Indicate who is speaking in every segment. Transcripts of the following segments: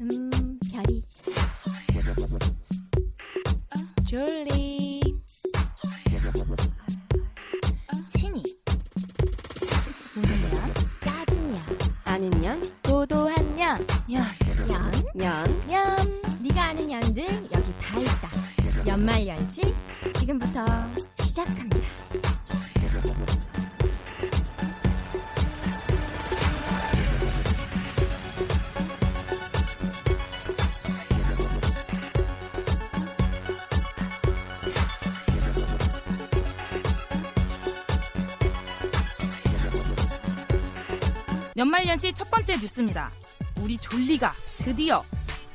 Speaker 1: 음 별이 졸리 친이
Speaker 2: 누구냐?
Speaker 1: 따진 년 아는 년 도도한
Speaker 2: 야,
Speaker 1: 년년
Speaker 2: 얌. 네가 아는 년들 여기 다 있다. 연말 연시 지금부터 시작합니다.
Speaker 3: 연말연시 첫 번째 뉴스입니다. 우리 졸리가 드디어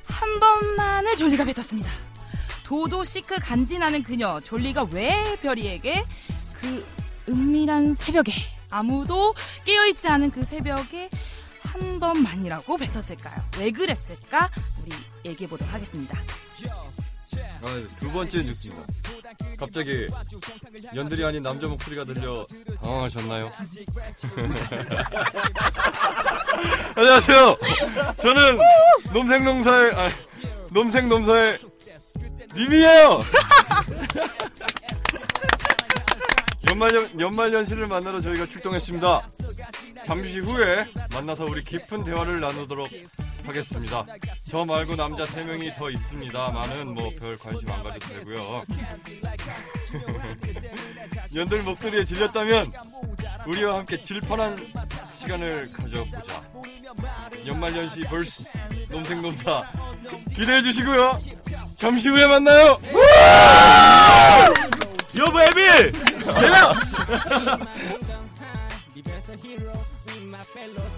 Speaker 3: 한 번만을 졸리가 뱉었습니다. 도도 시크 간지나는 그녀 졸리가 왜 별이에게 그 은밀한 새벽에 아무도 깨어있지 않은 그 새벽에 한 번만이라고 뱉었을까요? 왜 그랬을까? 우리 얘기해 보도록 하겠습니다.
Speaker 4: 아, 두 번째 뉴스입니다. 갑자기 연들이 아닌 남자 목소리가 들려 당황하셨나요? 안녕하세요. 저는 놈생놈사의 아, 놈생놈사의 님이에요. 연말 연말 연시를 만나러 저희가 출동했습니다. 잠시 후에 만나서 우리 깊은 대화를 나누도록 하겠습니다. 저 말고 남자 세 명이 더 있습니다만은 뭐 별 관심 안 가져도 되고요. 연들 목소리에 질렸다면 우리와 함께 질펀한 시간을 가져보자. 연말연시 벌스 놈생놈사 기대해 주시고요. 잠시 후에 만나요. 여보 애비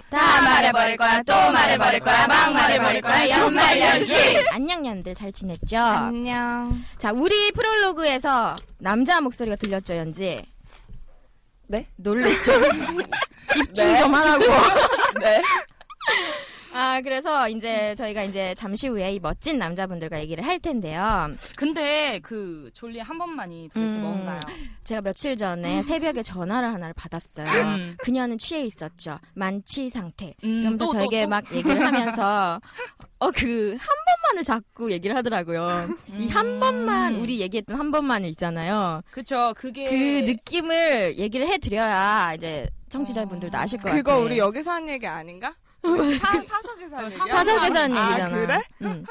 Speaker 2: 다
Speaker 3: 말해버릴 거야, 또 말해버릴 거야, 막 말해버릴 거야, 연말연시.
Speaker 2: 안녕 년들 잘 지냈죠?
Speaker 3: 안녕.
Speaker 2: 자, 우리 프롤로그에서 남자 목소리가 들렸죠, 연지?
Speaker 5: 네?
Speaker 2: 놀랬죠? 집중 좀 하라고.
Speaker 5: 네.
Speaker 2: 아, 그래서 이제 저희가 이제 잠시 후에 이 멋진 남자분들과 얘기를 할 텐데요.
Speaker 3: 근데 그 졸리 한 번만이 도대체
Speaker 2: 음.
Speaker 3: 뭔가요?
Speaker 2: 제가 며칠 전에 새벽에 전화를 하나를 받았어요.
Speaker 3: 음.
Speaker 2: 그녀는 취해 있었죠. 만취 상태.
Speaker 3: 음,
Speaker 2: 이러면서
Speaker 3: 또, 또,
Speaker 2: 저에게
Speaker 3: 또?
Speaker 2: 막 얘기를 하면서 어 그 한 번만을 자꾸 얘기를 하더라고요. 이 한 번만
Speaker 3: 음.
Speaker 2: 우리 얘기했던 한 번만을 있잖아요.
Speaker 3: 그쵸 그게
Speaker 2: 그 느낌을 얘기를 해드려야 이제 청취자분들도 아실 것 같아요.
Speaker 5: 그거 우리 여기서 한 얘기 아닌가? 사, 사석에서 한
Speaker 3: 어,
Speaker 5: 얘기야?
Speaker 2: 사석에서 한
Speaker 5: 아,
Speaker 2: 얘기잖아.
Speaker 5: 그래?
Speaker 2: 응.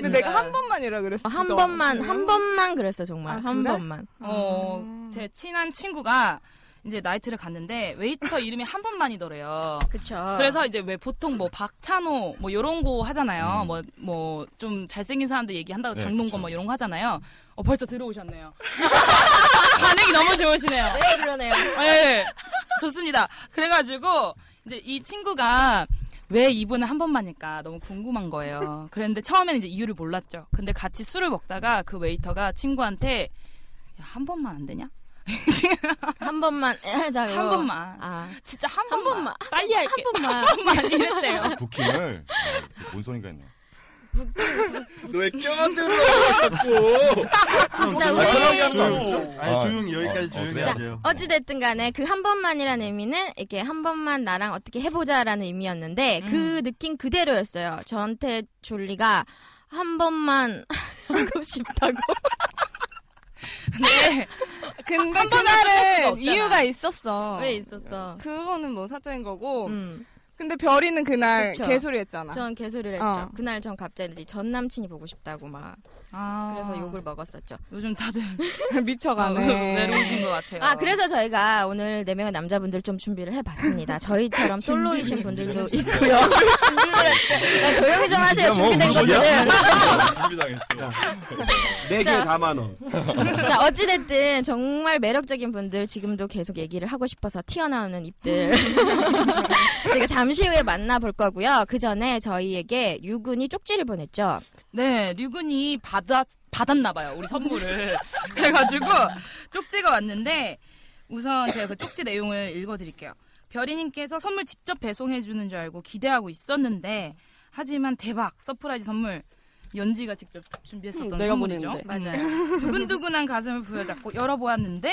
Speaker 5: 근데
Speaker 3: 누가-
Speaker 5: 내가 한 번만이라 그랬어.
Speaker 2: 어, 한
Speaker 5: 너.
Speaker 2: 번만
Speaker 3: 아,
Speaker 2: 한 번만 그랬어 정말
Speaker 5: 아,
Speaker 2: 한
Speaker 5: 그래?
Speaker 2: 번만.
Speaker 3: 어,
Speaker 5: 음.
Speaker 3: 제 친한 친구가 이제 나이트를 갔는데 웨이터 이름이 한 번만이더래요.
Speaker 2: 그쵸.
Speaker 3: 그래서 이제 왜 보통 뭐 박찬호 뭐 요런 거 하잖아요. 뭐 뭐 좀 잘생긴 사람들 얘기한다고
Speaker 4: 음. 네,
Speaker 3: 장동건
Speaker 4: 그쵸.
Speaker 3: 뭐 요런 거 하잖아요. 어 벌써 들어오셨네요. 반응이 너무 좋으시네요.
Speaker 2: 네 그러네요.
Speaker 3: 네, 좋습니다. 그래가지고 이제 이 친구가 왜 이분은 한 번만일까 너무 궁금한 거예요. 그랬는데 처음에는 이제 이유를 몰랐죠. 근데 같이 술을 먹다가 그 웨이터가 친구한테 야, 한 번만 안 되냐?
Speaker 2: 한 번만 아, 하자고.
Speaker 3: 한 번만.
Speaker 2: 아.
Speaker 3: 진짜 한
Speaker 2: 한
Speaker 3: 번만.
Speaker 2: 번만. 아,
Speaker 3: 빨리 할게.
Speaker 2: 한 번만.
Speaker 3: 한 번만 이랬대요.
Speaker 6: 부킹을 아, 뭔 소린가 했네.
Speaker 7: 너왜 껴만들어 자꾸?
Speaker 2: 자,
Speaker 7: 편하게
Speaker 2: 우리
Speaker 7: 하는 거 아니었어?
Speaker 6: 아,
Speaker 4: 여기까지
Speaker 6: 조용히
Speaker 2: 자,
Speaker 6: 하세요.
Speaker 2: 어찌됐든 간에 그 한 번만이라는 의미는 이렇게 한 번만 나랑 어떻게 해보자라는 의미였는데
Speaker 5: 음.
Speaker 2: 그 느낌 그대로였어요. 저한테 졸리가 한 번만 하고 싶다고.
Speaker 3: 네.
Speaker 5: 근데
Speaker 3: 한 번은 어쩔 수가
Speaker 5: 그날은
Speaker 3: 없잖아.
Speaker 5: 이유가 있었어.
Speaker 2: 왜 있었어?
Speaker 5: 그거는 뭐 사적인 거고.
Speaker 2: 음,
Speaker 5: 근데 별이는 그날
Speaker 2: 그쵸.
Speaker 5: 개소리 했잖아.
Speaker 2: 전 개소리를 했죠.
Speaker 5: 어.
Speaker 2: 그날 전 갑자기 전 남친이 보고 싶다고 막
Speaker 3: 아.
Speaker 2: 그래서 욕을 먹었었죠.
Speaker 3: 요즘 다들
Speaker 2: 어,
Speaker 5: 미쳐가네.
Speaker 3: 외로우신 것 같아요.
Speaker 2: 아, 그래서 저희가 오늘 네 명의 남자분들 좀 준비를 해봤습니다. 저희처럼 솔로이신 분들도 있고요. 야, 조용히 좀 하세요.
Speaker 6: 야, 뭐,
Speaker 2: 준비된
Speaker 6: 무슨
Speaker 2: 것들은.
Speaker 8: 준비당했어.
Speaker 9: 네개
Speaker 2: 자.
Speaker 9: 4만 원.
Speaker 2: 자, 어찌됐든 정말 매력적인 분들 지금도 계속 얘기를 하고 싶어서 튀어나오는 입들. 저희가 잠시 후에 만나볼 거고요. 그 전에 저희에게 유근이 쪽지를 보냈죠.
Speaker 3: 네, 류군이 받았, 받았나 봐요. 우리 선물을. 그래가지고 쪽지가 왔는데 우선 제가 그 쪽지 내용을 읽어드릴게요. 별이님께서 선물 직접 배송해주는 줄 알고 기대하고 있었는데 하지만 대박 서프라이즈 선물 연지가 직접 준비했었던
Speaker 1: 음, 내가
Speaker 3: 선물이죠. 음.
Speaker 1: 보냈는데.
Speaker 2: 맞아요.
Speaker 3: 두근두근한 가슴을 부여잡고 열어보았는데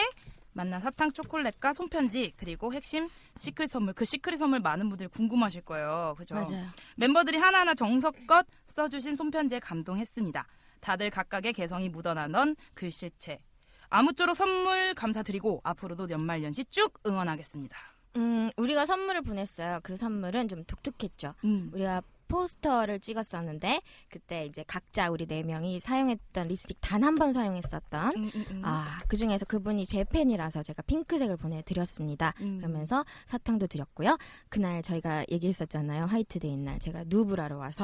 Speaker 3: 만나 사탕 초콜릿과 손편지 그리고 핵심 시크릿 선물 그 시크릿 선물 많은 분들이 궁금하실 거예요. 그죠?
Speaker 2: 맞아요.
Speaker 3: 멤버들이 하나하나 정성껏 써주신 손편지에 감동했습니다. 다들 각각의 개성이 묻어나던 글씨체. 아무쪼록 선물 감사드리고 앞으로도 연말연시 쭉 응원하겠습니다.
Speaker 2: 음, 우리가 선물을 보냈어요. 그 선물은 좀 독특했죠.
Speaker 3: 음.
Speaker 2: 우리가 포스터를 찍었었는데 그때 이제 각자 우리 네 명이 사용했던 립스틱 단 한 번 사용했었던
Speaker 3: 음, 음, 음.
Speaker 2: 아, 그 중에서 그분이 제 팬이라서 제가 핑크색을 보내드렸습니다.
Speaker 3: 음.
Speaker 2: 그러면서 사탕도 드렸고요. 그날 저희가 얘기했었잖아요. 화이트데이 날 제가 누브라로 와서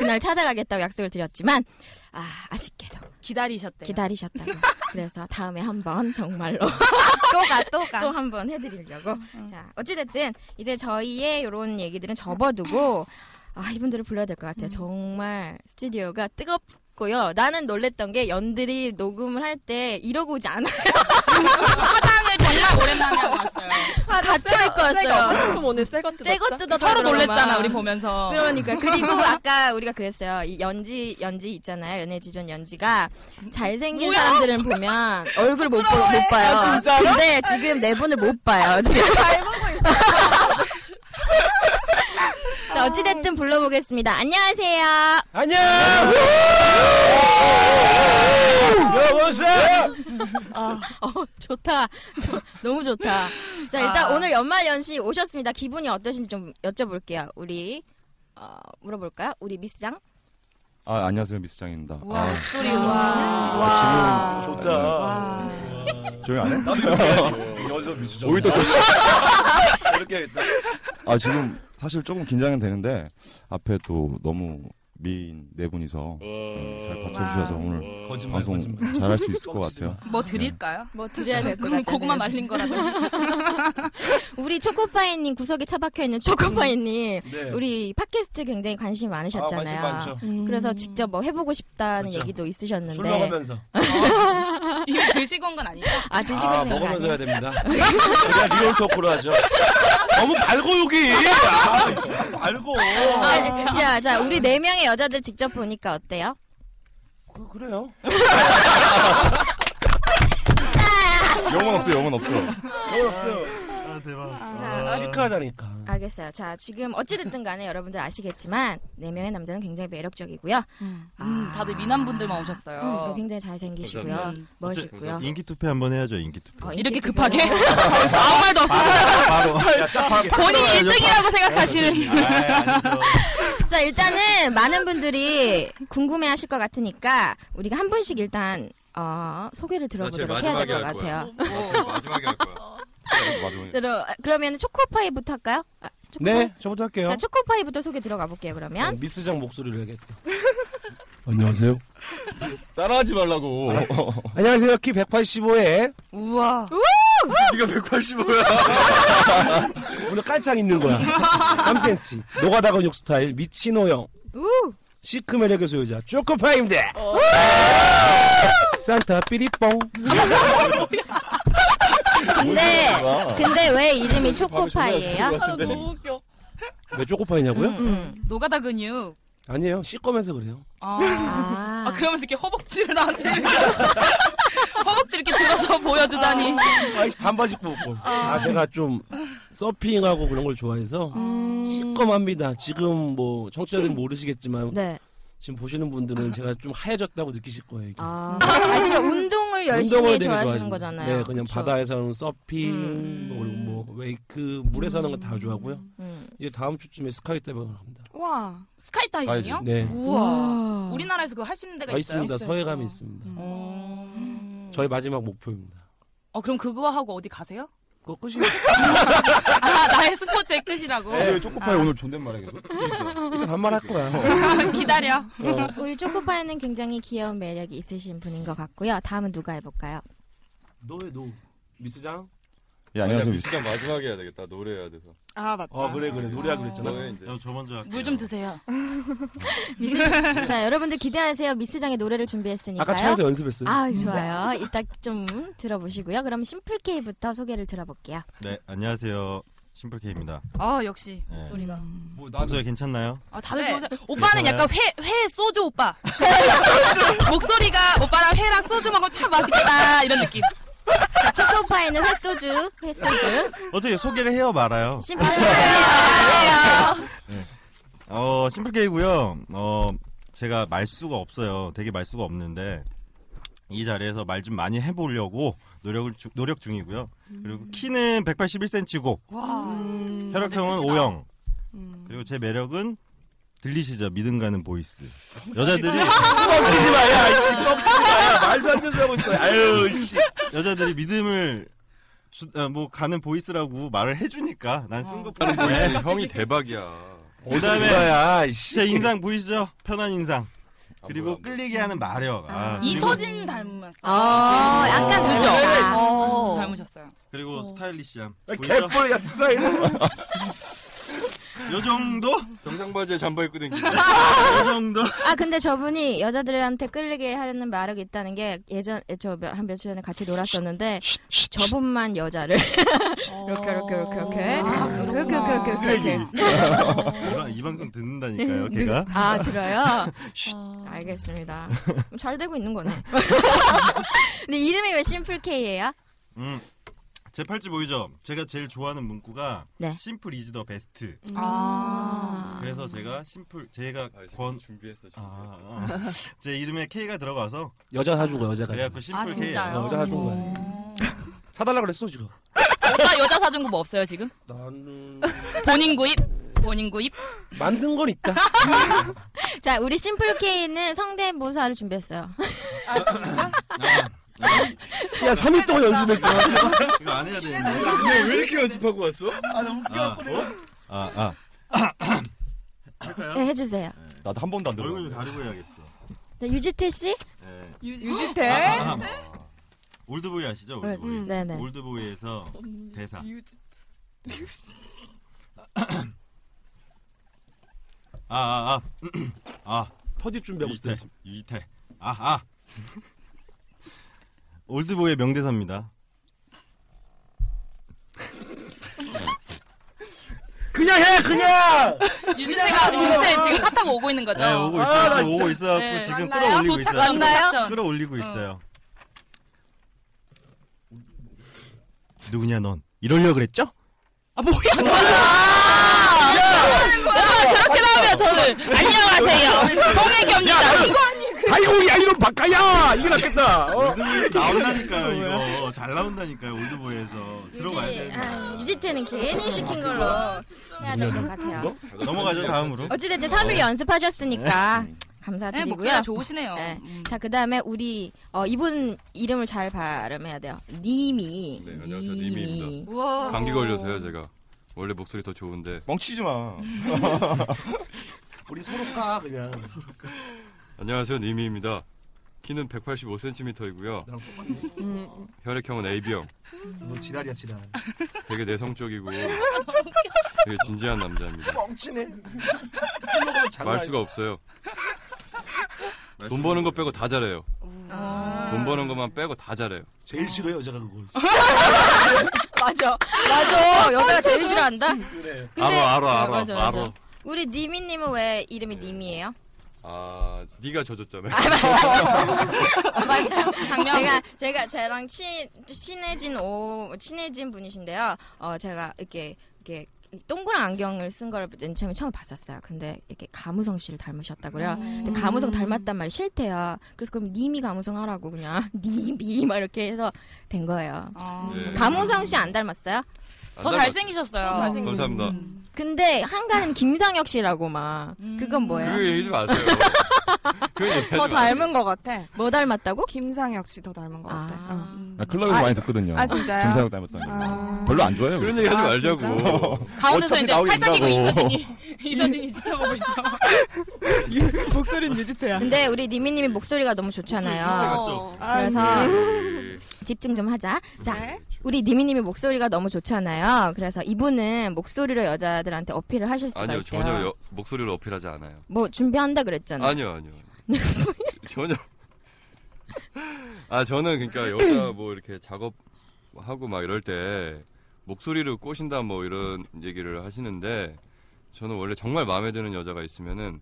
Speaker 2: 그날 찾아가겠다고 약속을 드렸지만 아, 아쉽게도
Speaker 3: 기다리셨대요.
Speaker 2: 기다리셨다고. 그래서 다음에 한번 정말로
Speaker 5: 또가 또가.
Speaker 2: 또 한 번 해드리려고.
Speaker 3: 음,
Speaker 2: 자, 어찌됐든 이제 저희의 이런 얘기들은 접어두고 아 이분들을 불러야 될 것 같아요.
Speaker 3: 음.
Speaker 2: 정말 스튜디오가 뜨겁고요. 나는 놀랬던 게 연들이 녹음을 할 때 이러고 오지 않아
Speaker 3: 화장을 정말 오랜만에 하고 왔어요.
Speaker 2: 갇혀 있고 왔어요.
Speaker 1: 그럼 오늘 새거 뜯었다.
Speaker 2: 새거 뜯어
Speaker 3: 서로 놀랬잖아 우리 보면서.
Speaker 2: 그러니까 그리고 아까 우리가 그랬어요. 이 연지 연지 있잖아요. 연예지존 연지가 잘생긴 사람들은 보면 얼굴 못, 보, 못 봐요. 근데 지금 네 분을 못 봐요. 지금
Speaker 1: 아, 잘 먹어 있어.
Speaker 2: 자, 어찌됐든 불러보겠습니다. 안녕하세요.
Speaker 9: 안녕. 여보세요.
Speaker 2: 어, 좋다. 저- 너무 좋다. 자, 일단
Speaker 3: 아.
Speaker 2: 오늘 연말 연시 오셨습니다. 기분이 어떠신지 좀 여쭤볼게요. 우리 어, 물어볼까요? 우리 미스장?
Speaker 6: 아 안녕하세요 미스장입니다.
Speaker 3: 와,
Speaker 6: 아,
Speaker 3: 소리 와.
Speaker 6: 아, 지금
Speaker 9: 좋다.
Speaker 6: 조용 안 해?
Speaker 9: 여기서 네, 미수정.
Speaker 6: 오히려 더-
Speaker 9: 이렇게
Speaker 6: 아 지금 사실 조금 긴장은 되는데 앞에 또 너무 미인 네 분이서 음, 잘 받쳐주셔서 오늘
Speaker 8: 거짓말
Speaker 6: 방송
Speaker 8: 거짓말.
Speaker 6: 잘할 수 있을 것 같아요.
Speaker 3: 뭐 드릴까요?
Speaker 2: 뭐 드려야 될 것
Speaker 3: 그럼
Speaker 2: 같아요.
Speaker 3: 고구마 말린 거라도.
Speaker 2: 우리 초코파이님 구석에 처박혀 있는 초코파이님.
Speaker 9: 네.
Speaker 2: 우리 팟캐스트 굉장히 관심이 많으셨잖아요.
Speaker 9: 아, 관심 많죠.
Speaker 3: 음.
Speaker 2: 그래서 직접 뭐 해보고 싶다는
Speaker 9: 그렇죠.
Speaker 2: 얘기도
Speaker 9: 술
Speaker 2: 있으셨는데
Speaker 9: 먹으면서.
Speaker 3: 이거 드시고 온 건 아니죠?
Speaker 2: 아 드시고
Speaker 9: 아,
Speaker 2: 싶은 거
Speaker 9: 먹으면서
Speaker 2: 아니에요?
Speaker 9: 해야 됩니다. 제가 리얼 토크로 하죠. 너무 밝고 여기. 아, 밝고.
Speaker 2: 아니, 야, 자 우리 네 명의 여자들 직접 보니까 어때요?
Speaker 9: 그, 그래요.
Speaker 6: 영혼 없어 영혼 없어.
Speaker 9: 그건 없어요.
Speaker 2: 아, 자, 어,
Speaker 9: 아, 시크하다니까.
Speaker 2: 알겠어요. 자, 지금 어찌됐든 간에 여러분들 아시겠지만, 네명의 남자는 굉장히 매력적이고요. 아.
Speaker 3: 음, 다들 미남분들만 오셨어요.
Speaker 2: 음, 굉장히 잘생기시고요.
Speaker 3: 감사합니다.
Speaker 2: 멋있고요.
Speaker 6: 인기 투표 한번 해야죠 인기 투표.
Speaker 2: 어,
Speaker 3: 이렇게
Speaker 2: 인기도
Speaker 3: 급하게?
Speaker 2: 있고요.
Speaker 3: 아무 말도 없으시다. 본인이 1등이라고 생각하시는.
Speaker 10: 아,
Speaker 2: 네. 자, 일단은 많은 분들이 궁금해 하실 것 같으니까, 우리가 한 분씩 일단, 어, 소개를 들어보도록 해야 될 것
Speaker 8: 마지막에 할
Speaker 2: 같아요.
Speaker 8: 마지막에 할 거야.
Speaker 2: 그럼, 아, 그러면 초코파이부터 할까요? 아, 초코파이?
Speaker 9: 네, 저부터 할게요.
Speaker 2: 자, 초코파이부터 소개 들어가 볼게요,
Speaker 9: 어,
Speaker 2: 그러면.
Speaker 9: 미스장 목소리를 해야겠다. 안녕하세요.
Speaker 6: 따라하지
Speaker 9: 어,
Speaker 6: 말라고.
Speaker 9: 안녕하세요. 키 185에
Speaker 3: 우와.
Speaker 8: 네가 185야.
Speaker 9: 오늘 깔짝 있는 거야. 3cm. 노가다건 육 스타일 미친호형.
Speaker 2: 우!
Speaker 9: 시크 매력의 소유자 초코파이입니다. 산타 삐리뽕.
Speaker 8: 어,
Speaker 2: 근데, 근데 왜 이름이 초코파이예요?
Speaker 1: 너무 웃겨.
Speaker 9: 왜 초코파이냐고요?
Speaker 2: 아, 음, 음.
Speaker 3: 노가다 근육.
Speaker 9: 아니에요. 시꺼면서 그래요.
Speaker 3: 아.
Speaker 2: 아.
Speaker 3: 아, 그러면서 이렇게 허벅지를 나한테 허벅지 이렇게 들어서 보여주다니.
Speaker 9: 아, 반바지 입고 웃고. 아, 제가 좀 서핑하고 그런 걸 좋아해서 시꺼합니다 지금 뭐 청취자들은 모르시겠지만
Speaker 2: 네.
Speaker 9: 지금 보시는 분들은 제가 좀 하얘졌다고 느끼실 거예요. 이게.
Speaker 2: 아, 아니, 그냥 운동을 운동을 열심히
Speaker 9: 운동을 되게
Speaker 2: 좋아하시는
Speaker 9: 좋아하시는-
Speaker 2: 거잖아요.
Speaker 9: 네, 그냥
Speaker 2: 그쵸?
Speaker 9: 바다에서는 서핑, 뭐 그리고 뭐 웨이크, 물에서 하는 거 다 좋아하고요.
Speaker 2: 음.
Speaker 9: 이제 다음 주쯤에 스카이다이빙을 합니다.
Speaker 3: 와 스카이다이빙이요?
Speaker 9: 가야지. 네.
Speaker 3: 우와. 우리나라에서 그거 할 수 있는 데가
Speaker 9: 아,
Speaker 3: 있어요?
Speaker 9: 있습니다. 서해감이 있습니다.
Speaker 2: 음.
Speaker 9: 저희 마지막 목표입니다.
Speaker 3: 어 그럼 그거 하고 어디 가세요?
Speaker 9: 그거 끝이에요.
Speaker 3: 아 나의 스포츠의 끝이라고.
Speaker 1: 네,
Speaker 6: 초코파이
Speaker 5: 아.
Speaker 6: 오늘 존댓말해 계속.
Speaker 9: 일단 반말할 거야.
Speaker 3: 기다려.
Speaker 9: 어.
Speaker 2: 우리 초코파이는 굉장히 귀여운 매력이 있으신 분인 것 같고요. 다음은 누가 해볼까요?
Speaker 9: 너의 노. 미스장?
Speaker 6: 예, 안녕하세요. 미스.
Speaker 4: 네,
Speaker 8: 시간 마지막에 해야 되겠다. 노래해야 돼서.
Speaker 5: 아 맞다.
Speaker 9: 아, 그래, 그래. 노래하 그랬잖아.
Speaker 8: 너의 이제.
Speaker 9: 저 먼저 할게요.
Speaker 3: 물 좀 드세요.
Speaker 2: 미스... 자, 여러분들 기대하세요. 미스장의 노래를 준비했으니까요.
Speaker 9: 아까 차에서 연습했어요.
Speaker 2: 아, 좋아요. 이따 좀 들어보시고요. 그럼 심플케이부터 소개를 들어볼게요.
Speaker 10: 네, 안녕하세요. 심플케이입니다.
Speaker 3: 아 역시
Speaker 10: 네.
Speaker 3: 소리가.
Speaker 10: 목소리 괜찮나요?
Speaker 3: 아 다들 좋으세요. 오빠는
Speaker 10: 괜찮아요?
Speaker 3: 약간 회회 소주 오빠. 목소리가 오빠랑 회랑 소주 먹으면 참 맛있겠다 이런 느낌.
Speaker 2: 자, 초코파이는 횟소주, 횟소주.
Speaker 9: 아,
Speaker 10: 어떻게 소개를 해요,
Speaker 9: 네.
Speaker 10: 말아요?
Speaker 2: 심플케이예요.
Speaker 10: 어, 심플케이고요. 어, 제가 말수가 없어요. 되게 말수가 없는데 이 자리에서 말 좀 많이 해보려고 노력을 주- 노력 중이고요. 그리고
Speaker 3: 음.
Speaker 10: 키는 181cm고
Speaker 3: 와.
Speaker 10: 음.
Speaker 11: 음, 네, 그렇죠.
Speaker 10: 혈액형은 O형. 그리고 제 매력은 들리시죠? 믿음 가는 보이스. 여자들이
Speaker 2: 음.
Speaker 9: 뻥치지 아, 마요, 아이씨. 뻥치지 마요. 말도 안 되는 소리 하고 있어요. 아유, 이씨.
Speaker 10: 여자들이 믿음을 주- 어, 뭐 가는 보이스라고 말을 해주니까 난 쓴
Speaker 8: 다른
Speaker 9: 아,
Speaker 10: 것뿐이야. 네.
Speaker 8: 보이스 형이 대박이야.
Speaker 10: 그다음에
Speaker 9: 거야,
Speaker 10: 제 인상 보이시죠? 편한 인상. 그리고 끌리게 하는 마력. 아, 그리고- 네.
Speaker 3: 이서진 닮았어.
Speaker 2: 아, 약간
Speaker 3: 그죠?
Speaker 2: 닮았다.
Speaker 3: 어. 닮으셨어요.
Speaker 10: 그리고 스타일리시함. 보이죠?
Speaker 9: 개뿔이야, 스타일.
Speaker 10: 요 정도?
Speaker 8: 정장 바지에 잠바 입고 댕기.
Speaker 10: 요 정도?
Speaker 2: 아, 근데 저분이 여자들한테 끌리게 하려는 마력이 있다는 게 예전, 저 한 며칠 전에 같이 놀았었는데 저분만 여자를. 어. 이렇게, 이렇게, 이렇게, 이렇게.
Speaker 3: 아,
Speaker 2: 이렇게, 이렇게, 이렇게, 이렇게.
Speaker 10: 쓰레기. 이 방- 이 방송 듣는다니까요, 걔가.
Speaker 2: 아 들어요? 아, 알겠습니다. 잘 되고 있는 거네. 근데 이름이 왜 심플 K예요?
Speaker 10: 음. 제 팔찌 보이죠? 제가 제일 좋아하는 문구가
Speaker 2: 네. 음.
Speaker 10: 심플 이즈 더 베스트.
Speaker 2: 아.
Speaker 10: 그래서 제가 심플 제가
Speaker 8: 권
Speaker 10: 권
Speaker 8: 아, 준비했어. 준비했어.
Speaker 10: 아, 아. 제 이름에 K가 들어가서
Speaker 9: 여자 사준 거야, 여자가.
Speaker 10: 그래갖고
Speaker 3: 아
Speaker 10: 심플 K.
Speaker 3: 진짜요?
Speaker 9: 어, 여자 사준 거야. 사달라 그랬어, 지금.
Speaker 3: 오빠 여자 사준 거 뭐 없어요 지금?
Speaker 9: 나는.
Speaker 3: 본인 구입. 본인 구입.
Speaker 9: 만든 건 있다.
Speaker 2: 자 우리 심플 K는 성대모사를 준비했어요.
Speaker 9: 야, 3일 동안 연습했어.
Speaker 10: 이거 안 해야 되는데.
Speaker 8: 왜 이렇게 연습하고 왔어?
Speaker 10: 아, 어? 아, 아. 할까요?
Speaker 2: 네, 해주세요.
Speaker 6: 나도 한 번도 안
Speaker 10: 얼굴 좀
Speaker 6: 들어.
Speaker 10: 가리고 해야겠어.
Speaker 2: 네, 유지태 씨?
Speaker 10: 네.
Speaker 5: 유지태.
Speaker 10: 아, 올드보이 아시죠?
Speaker 2: 네,
Speaker 10: 올드보이.
Speaker 2: 음, 네네.
Speaker 10: 올드보이에서 대사. 아, 아, 아. 아,
Speaker 9: 터지 준비하고 있어.
Speaker 10: 유지태. 유지태. 아, 아. 올드보이의 명대사입니다.
Speaker 9: 그냥 해, 그냥!
Speaker 3: 유진태가 유진태 지금 차 타고 오고 있는 거죠?
Speaker 10: 네, 오고 있어요.
Speaker 9: 아, 나
Speaker 10: 지금 오고 있어갖고
Speaker 3: 네.
Speaker 10: 지금
Speaker 5: 맞나요?
Speaker 10: 끌어올리고
Speaker 3: 도착
Speaker 10: 있어요.
Speaker 3: 왔나요?
Speaker 10: 끌어올리고 있어요. 누구냐 넌? 이럴려 그랬죠?
Speaker 3: 아 뭐야? 아, 그렇게 나오면 저는 안녕하세요. 송혜경입니다. 그
Speaker 9: 아이고, 야, 이놈 바까야! 이게 낫겠다. 어?
Speaker 10: 올드보이 나온다니까요 그러니까 이거 잘 나온다니까요 올드보이에서 들어가야
Speaker 2: 유지,
Speaker 10: 되는데
Speaker 2: 아, 유지태는 괜히 시킨 걸로 해야 될 것 같아요.
Speaker 10: 넘어가죠 다음으로
Speaker 2: 어찌됐든 3일
Speaker 1: 네.
Speaker 2: 연습하셨으니까
Speaker 3: 네, 목소리
Speaker 2: 감사드리고요.
Speaker 3: 좋으시네요.
Speaker 2: 네.
Speaker 3: 음.
Speaker 2: 자, 그 다음에 우리 어, 이분 이름을 잘 발음해야 돼요. 님이.
Speaker 8: 네, 안녕하세요. 님이입니다.
Speaker 3: 우와.
Speaker 8: 감기 걸려서요 제가. 원래 목소리 더 좋은데.
Speaker 6: 멍치지 마.
Speaker 9: 우리 서로 까, 그냥.
Speaker 8: 안녕하세요 니미입니다. 키는 185cm이고요.
Speaker 9: 나랑 똑같네.
Speaker 5: 음.
Speaker 8: 혈액형은 AB형.
Speaker 9: 너 지랄이야, 지랄.
Speaker 4: 어.
Speaker 8: 되게 내성적이고 되게 진지한 남자입니다.
Speaker 9: 뻥치네. 아, 킬러가 장난
Speaker 8: 말수가 없어요. 돈 버는 거 빼고 다 잘해요.
Speaker 5: 아.
Speaker 8: 돈 버는 것만 빼고 다 잘해요.
Speaker 9: 제일 싫어요, 여자가 그걸.
Speaker 2: 맞아. 맞아. 여자가 제일 싫어한다.
Speaker 9: 그래.
Speaker 8: 알아,
Speaker 3: 네,
Speaker 8: 알아, 알아,
Speaker 2: 네, 맞아, 맞아.
Speaker 8: 알아.
Speaker 2: 우리 니미님은 왜 이름이 님이에요?
Speaker 8: 아, 네가 져줬잖아요.
Speaker 2: 맞아요. 제가 제가 저랑 친 친해진 오 친해진 분이신데요. 어 제가 이렇게 이렇게 동그란 안경을 쓴 걸 맨 처음에 처음 봤었어요. 근데 이렇게 가무성 씨를 닮으셨다 그래요.
Speaker 5: 음.
Speaker 2: 근데 가무성 닮았단 말이 싫대요. 그래서 그럼 님이 가무성 하라고 그냥 님이 막 이렇게 해서 된 거예요.
Speaker 5: 아.
Speaker 4: 네.
Speaker 2: 가무성 씨 안 닮았어요? 음.
Speaker 4: 안 닮았-
Speaker 2: 아,
Speaker 4: 감사합니다.
Speaker 2: 근데 한가는 김상혁 씨라고 막 그건 뭐예요?
Speaker 4: 그 얘기 좀 마세요. 그 얘기 하지
Speaker 5: 음. 더
Speaker 4: 마세요.
Speaker 5: 닮은 것 같아.
Speaker 2: 뭐 닮았다고?
Speaker 5: 김상혁 씨 더 닮은 것 같아. 어.
Speaker 6: 아, 어. 클럽에서
Speaker 5: 아,
Speaker 6: 많이 듣거든요.
Speaker 5: 아, 진짜요?
Speaker 6: 김상혁 닮았다는 얘기.
Speaker 5: 아.
Speaker 6: 별로 안 좋아해요.
Speaker 4: 그런
Speaker 6: 그래서.
Speaker 4: 얘기 하지 말자고.
Speaker 3: 가운데서
Speaker 6: 어차피
Speaker 3: 이제
Speaker 6: 나오게
Speaker 3: 팔짱이고
Speaker 6: 된다고.
Speaker 3: 이사진이 이사진이 지켜보고 있어.
Speaker 5: 목소리는 유지태야.
Speaker 2: 근데 우리 니미님이 목소리가 너무 좋잖아요.
Speaker 5: 어.
Speaker 2: 그래서
Speaker 1: 네.
Speaker 2: 집중 좀 하자. 자, 우리 니미님이 목소리가 너무 좋잖아요. 그래서 이분은 목소리로 여자들한테 어필을 하실 수가
Speaker 4: 아니요
Speaker 2: 있대요.
Speaker 4: 전혀 여- 목소리를 어필하지 않아요.
Speaker 2: 뭐 준비한다 그랬잖아요.
Speaker 4: 아니요 아니요. 전혀. 아 저는 그러니까 여자 뭐 이렇게 작업하고 막 이럴 때 목소리를 꼬신다 뭐 이런 얘기를 하시는데 저는 원래 정말 마음에 드는 여자가 있으면은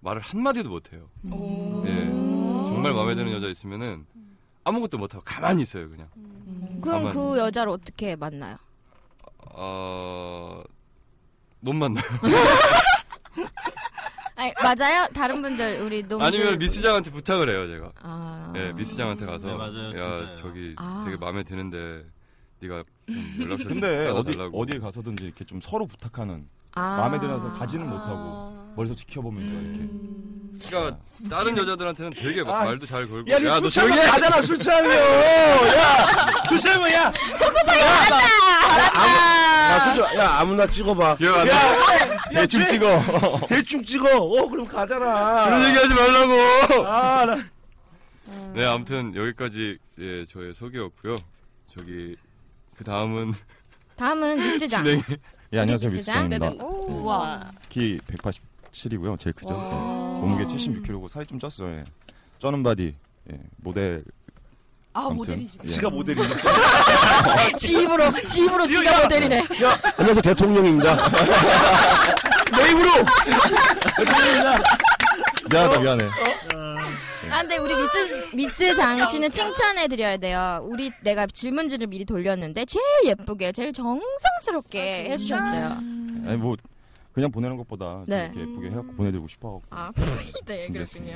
Speaker 4: 말을 한 마디도 못 해요.
Speaker 2: 음. 어,
Speaker 4: 예. 정말 마음에 드는 여자 있으면은 아무것도 못 하고 가만히 있어요 그냥.
Speaker 2: 음. 그럼
Speaker 4: 가만히.
Speaker 2: 그 여자를 어떻게 만나요?
Speaker 4: 어... 못 만나요.
Speaker 2: 아니, 맞아요? 다른 분들 우리 너무
Speaker 4: 아니면 미스장한테 부탁을 해요 제가.
Speaker 2: 아.
Speaker 4: 예, 미스장한테 가서
Speaker 10: 네, 맞아요.
Speaker 4: 야
Speaker 10: 진짜예요.
Speaker 4: 저기
Speaker 2: 아.
Speaker 4: 되게 마음에 드는데 네가 좀 연락처 좀
Speaker 6: 근데 어디
Speaker 4: 달라고.
Speaker 6: 어디에 가서든지 이렇게 좀 서로 부탁하는
Speaker 2: 아.
Speaker 6: 마음에 들어서 가지는 못하고 멀리서 지켜보면서
Speaker 2: 음.
Speaker 4: 그러니까 다른 여자들한테는 되게 막
Speaker 9: 아.
Speaker 4: 말도 잘 걸고
Speaker 9: 야, 니술 취하면
Speaker 4: 해!
Speaker 9: 가잖아, 술 취하면! 야! 술 취하면, 야! 초코파이 야, 술 좀, 야, 아무나 찍어봐.
Speaker 4: 안
Speaker 9: 야,
Speaker 6: 이렇게 대충 찍어.
Speaker 9: 대충 찍어! 어, 그럼 가잖아.
Speaker 4: 그런 얘기 하지 말라고!
Speaker 9: 아, 나.
Speaker 4: 네 아무튼 여기까지 예 저의 소개였고요. 저기 그 다음은
Speaker 2: 다음은 미스장.
Speaker 4: 진행해.
Speaker 6: 예, 안녕하세요.
Speaker 2: 미스장?
Speaker 6: 미스장입니다.
Speaker 2: 네네. 오, 우와.
Speaker 6: 키 187이고요. 제일 크죠.
Speaker 2: 와.
Speaker 6: 예. 몸무게 76kg고 살이 좀 쪘어요. 예. 쩌는 바디. 예. 모델.
Speaker 1: 아,
Speaker 6: 아무튼,
Speaker 1: 모델이지.
Speaker 6: 예.
Speaker 9: 지가 모델이네.
Speaker 2: 지입으로, 지입으로 지가 모델이네.
Speaker 9: 야, 안녕하세요. 대통령입니다. 내 입으로! 대통령이다.
Speaker 6: 미안하다, 미안해.
Speaker 2: 아, 근데 우리 미스, 미스 장 씨는 칭찬해드려야 돼요. 우리 내가 질문지를 미리 돌렸는데 제일 예쁘게, 제일 정성스럽게 해주셨어요.
Speaker 6: 아니 뭐 그냥 보내는 것보다 좀
Speaker 2: 네.
Speaker 6: 이렇게 예쁘게 해갖고 보내드리고 싶어.
Speaker 2: 아, 네, 그렇군요.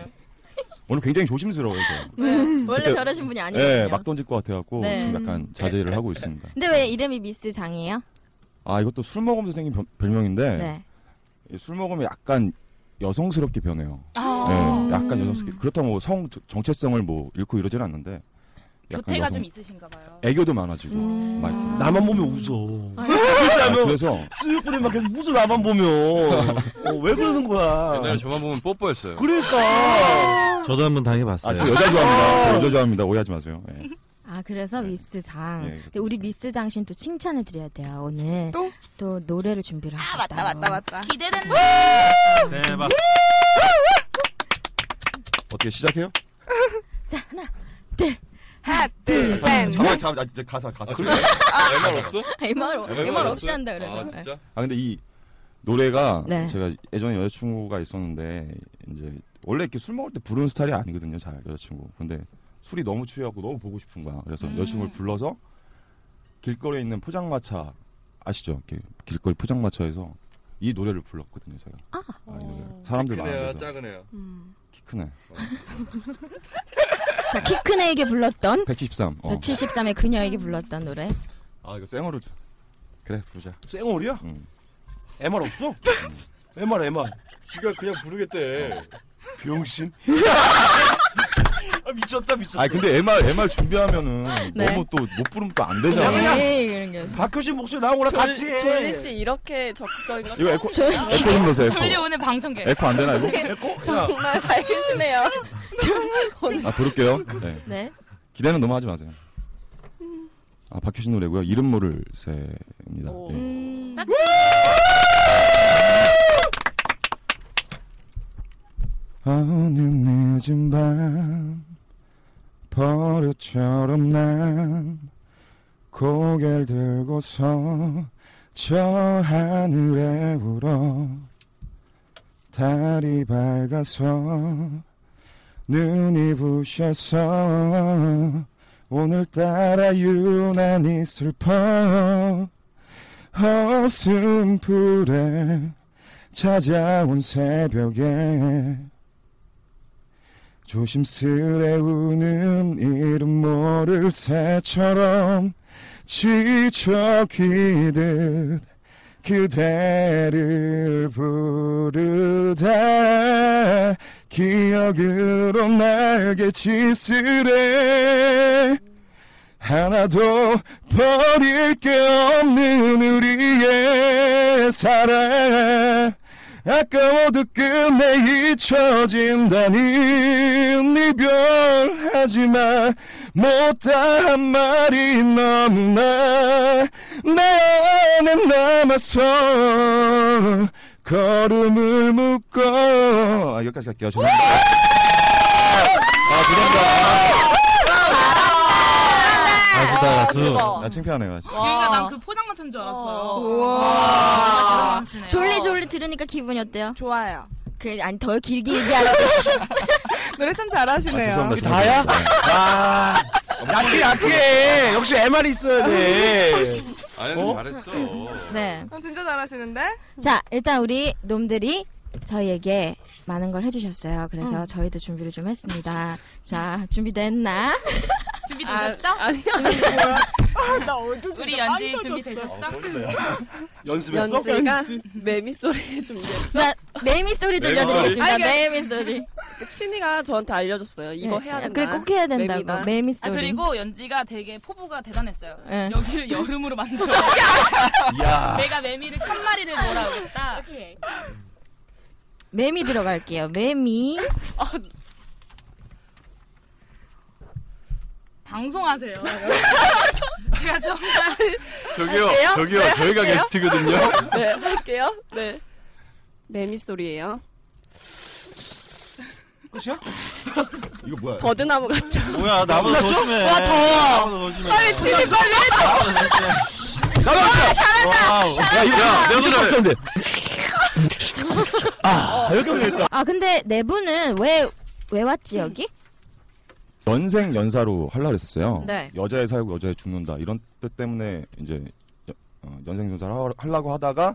Speaker 6: 오늘 굉장히 조심스러워요. 제가.
Speaker 2: 왜? 원래
Speaker 6: 음. 그때-
Speaker 2: 저러신 분이 아니거든요.
Speaker 6: 예, 막 던질 것 같아갖고
Speaker 2: 네.
Speaker 6: 지금 약간 자제를 하고 있습니다.
Speaker 2: 근데 왜 이름이 미스 장이에요?
Speaker 6: 아 이것도 술 먹으면서 생긴 변- 별명인데
Speaker 2: 네.
Speaker 6: 이술 먹으면 약간 여성스럽게 변해요.
Speaker 1: 아.
Speaker 6: 예, 약간 여성스럽게. 그렇다고 뭐 성 정체성을 뭐 잃고 이러진 않는데. 약간
Speaker 1: 교태가
Speaker 6: 여성-
Speaker 1: 좀 있으신가 봐요.
Speaker 6: 애교도 많아지고
Speaker 2: 음.
Speaker 6: 막 이렇게.
Speaker 9: 나만 보면 웃어.
Speaker 6: 아, 그래서
Speaker 9: 수육분이 막 계속 웃어, 나만 보면. 어, 왜 그러는 거야?
Speaker 4: 옛날에 저만 보면 뽀뽀했어요. 아,
Speaker 9: 그러니까.
Speaker 10: 저도 한번 당해봤어요.
Speaker 6: 아, 저 여자 좋아합니다. 저 여자 좋아합니다. 오해하지 마세요. 예.
Speaker 2: 아, 그래서 미스 장.
Speaker 6: 네,
Speaker 2: 근데 우리 미스 장 씨는 또 칭찬해드려야 돼요, 오늘. 또? 또 노래를 준비를 하셨다. 아,
Speaker 10: 음.
Speaker 5: 맞다 맞다.
Speaker 1: 기대된다.
Speaker 3: 음.
Speaker 10: 대박.
Speaker 6: 어떻게 시작해요?
Speaker 2: 자, 하나, 둘. 아.
Speaker 5: 하나 둘 셋.
Speaker 6: 잠깐 잠깐 나 진짜 가사
Speaker 9: 아,
Speaker 6: 가사.
Speaker 4: 얼마 없어?
Speaker 2: MR, MR 없이 한다 그래서.
Speaker 4: 아 진짜?
Speaker 6: 아 근데 이 노래가
Speaker 2: 네.
Speaker 6: 제가 예전에 여자친구가 있었는데 이제 원래 이렇게 술 먹을 때 부르는 스타일이 아니거든요, 잘 여자친구. 근데 술이 너무 취해갖고 너무 보고 싶은 거야. 그래서
Speaker 2: 음.
Speaker 6: 여자친구를 불러서 길거리에 있는 포장마차 아시죠? 이렇게 길거리 포장마차에서 이 노래를 불렀거든요, 제가. 아, 이 노래. 사람들
Speaker 4: 큰애야
Speaker 6: 많은데서
Speaker 4: 작은 애야.
Speaker 2: 음.
Speaker 6: 키 크네.
Speaker 2: 자, 키큰에게 불렀던
Speaker 6: 173. 어.
Speaker 2: 173의 그녀에게 불렀던 노래.
Speaker 6: 아 이거 쌩얼로 그래 부르자.
Speaker 9: 쌩얼이야?
Speaker 6: 음.
Speaker 9: MR 없어? 음. MR, MR.
Speaker 4: 지가 그냥
Speaker 6: 어.
Speaker 4: 부르겠대.
Speaker 9: 병신? 아, 미쳤다, 미쳤다.
Speaker 6: 아 근데 MR MR 준비하면은
Speaker 2: 네.
Speaker 6: 너무 또 못 부르면 또 안 되잖아.
Speaker 3: 네.
Speaker 2: 에이, 이런 게.
Speaker 9: 박효신 목소리 나오거나 같이 해.
Speaker 3: 조리 씨 이렇게 적극적인 거
Speaker 6: 이거 에코
Speaker 2: 저-
Speaker 6: 에코 좀 넣으세요. 에코.
Speaker 1: 졸리 오늘 방청객.
Speaker 6: 에코 안 되나 이거?
Speaker 3: 네. 정말 밝으시네요.
Speaker 6: 아 부를게요. 네.
Speaker 2: 네.
Speaker 6: 기대는 너무 하지 마세요. 아 박효신 노래고요. 이름 모를 새입니다. 예.
Speaker 3: 음.
Speaker 6: 아, 오늘 늦은 밤 버릇처럼 난 고개를 들고서 저 하늘에 울어 달이 밝아서 눈이 부셔서 오늘따라 유난히 슬퍼
Speaker 11: 어슴푸레 찾아온 새벽에 조심스레 우는 이름 모를 새처럼 지쳐기듯 그대를 부르다 기억으로 날개 치스레 하나도 버릴 게 없는 우리의 사랑 아까워도 끝내 잊혀진다는 네 이별 하지만 못다한 말이 너무나 내 안에 남아서 걸음을 묶어
Speaker 6: 아, 여기까지 갈게요. 죄송합니다. 아,
Speaker 4: 어.
Speaker 6: 죄송합니다. 아수다, 아수. 나 창피하네요.
Speaker 3: 유인아 난 그 포장마차인 줄 알았어요.
Speaker 2: 우와. 졸리 졸리 들으니까 기분이 어때요?
Speaker 5: 좋아요.
Speaker 2: 그 아니 더 길게 얘기하라고.
Speaker 5: 노래 참 잘하시네요.
Speaker 9: 이게 다야? 아, 약해, 약해. 역시 MR 이 있어야 돼.
Speaker 8: 아니,
Speaker 9: 어?
Speaker 8: 잘했어.
Speaker 2: 네.
Speaker 5: 아, 진짜 잘하시는데?
Speaker 2: 자, 일단 우리 놈들이 저희에게 많은 걸 해주셨어요. 그래서 저희도 준비를 좀 했습니다. 자, 준비됐나?
Speaker 1: 준비되셨죠? 아, 니요
Speaker 5: 나 어제
Speaker 1: 우리 연지 준비되셨죠?
Speaker 6: 연습했어?
Speaker 1: 연지가 매미 소리 준비했어.
Speaker 2: 자, 매미 소리 들려드리겠습니다.
Speaker 1: 아니, 그러니까
Speaker 2: 매미 소리.
Speaker 1: 친이가 저한테 알려줬어요. 이거
Speaker 2: 네,
Speaker 1: 해야 된다.
Speaker 2: 그래, 꼭 해야 된다고.
Speaker 1: 매미가.
Speaker 2: 매미
Speaker 3: 아,
Speaker 2: 소리.
Speaker 3: 그리고 네. 연지가 되게 포부가 대단했어요.
Speaker 2: 예.
Speaker 3: 여기를 여름으로 만들어.
Speaker 6: 이야.
Speaker 3: 내가 매미를 천 마리를 몰아오겠다.
Speaker 2: 매미 들어갈게요. 매미.
Speaker 3: 아, 방송하세요. 제가 아, 정말
Speaker 8: 저기요,
Speaker 1: 할게요?
Speaker 8: 저기요,
Speaker 1: 네,
Speaker 8: 저희가
Speaker 1: 할게요?
Speaker 8: 게스트거든요.
Speaker 1: 네, 할게요. 네. 매미 소리예요.
Speaker 9: 끝이야?
Speaker 6: 이거 뭐야?
Speaker 1: 버드나무 같죠?
Speaker 10: 뭐야, 나보다 더 심해.
Speaker 1: 와, 더워.
Speaker 10: 나보다 더 심해.
Speaker 1: 빨리 치즈 빨리 아,
Speaker 9: 나가!
Speaker 10: 와우.
Speaker 9: 야, 이거, 야, 내
Speaker 8: 노래.
Speaker 9: 없었는데. 아, 이렇게 하면 되겠다.
Speaker 2: 아, 근데 네 분은 왜, 왜 왔지, 여기?
Speaker 6: 연생 연사로 하려고 했었어요.
Speaker 2: 네.
Speaker 6: 여자에 살고 여자에 죽는다 이런 뜻 때문에 이제 여- 어, 연생 연사를 하- 하려고 하다가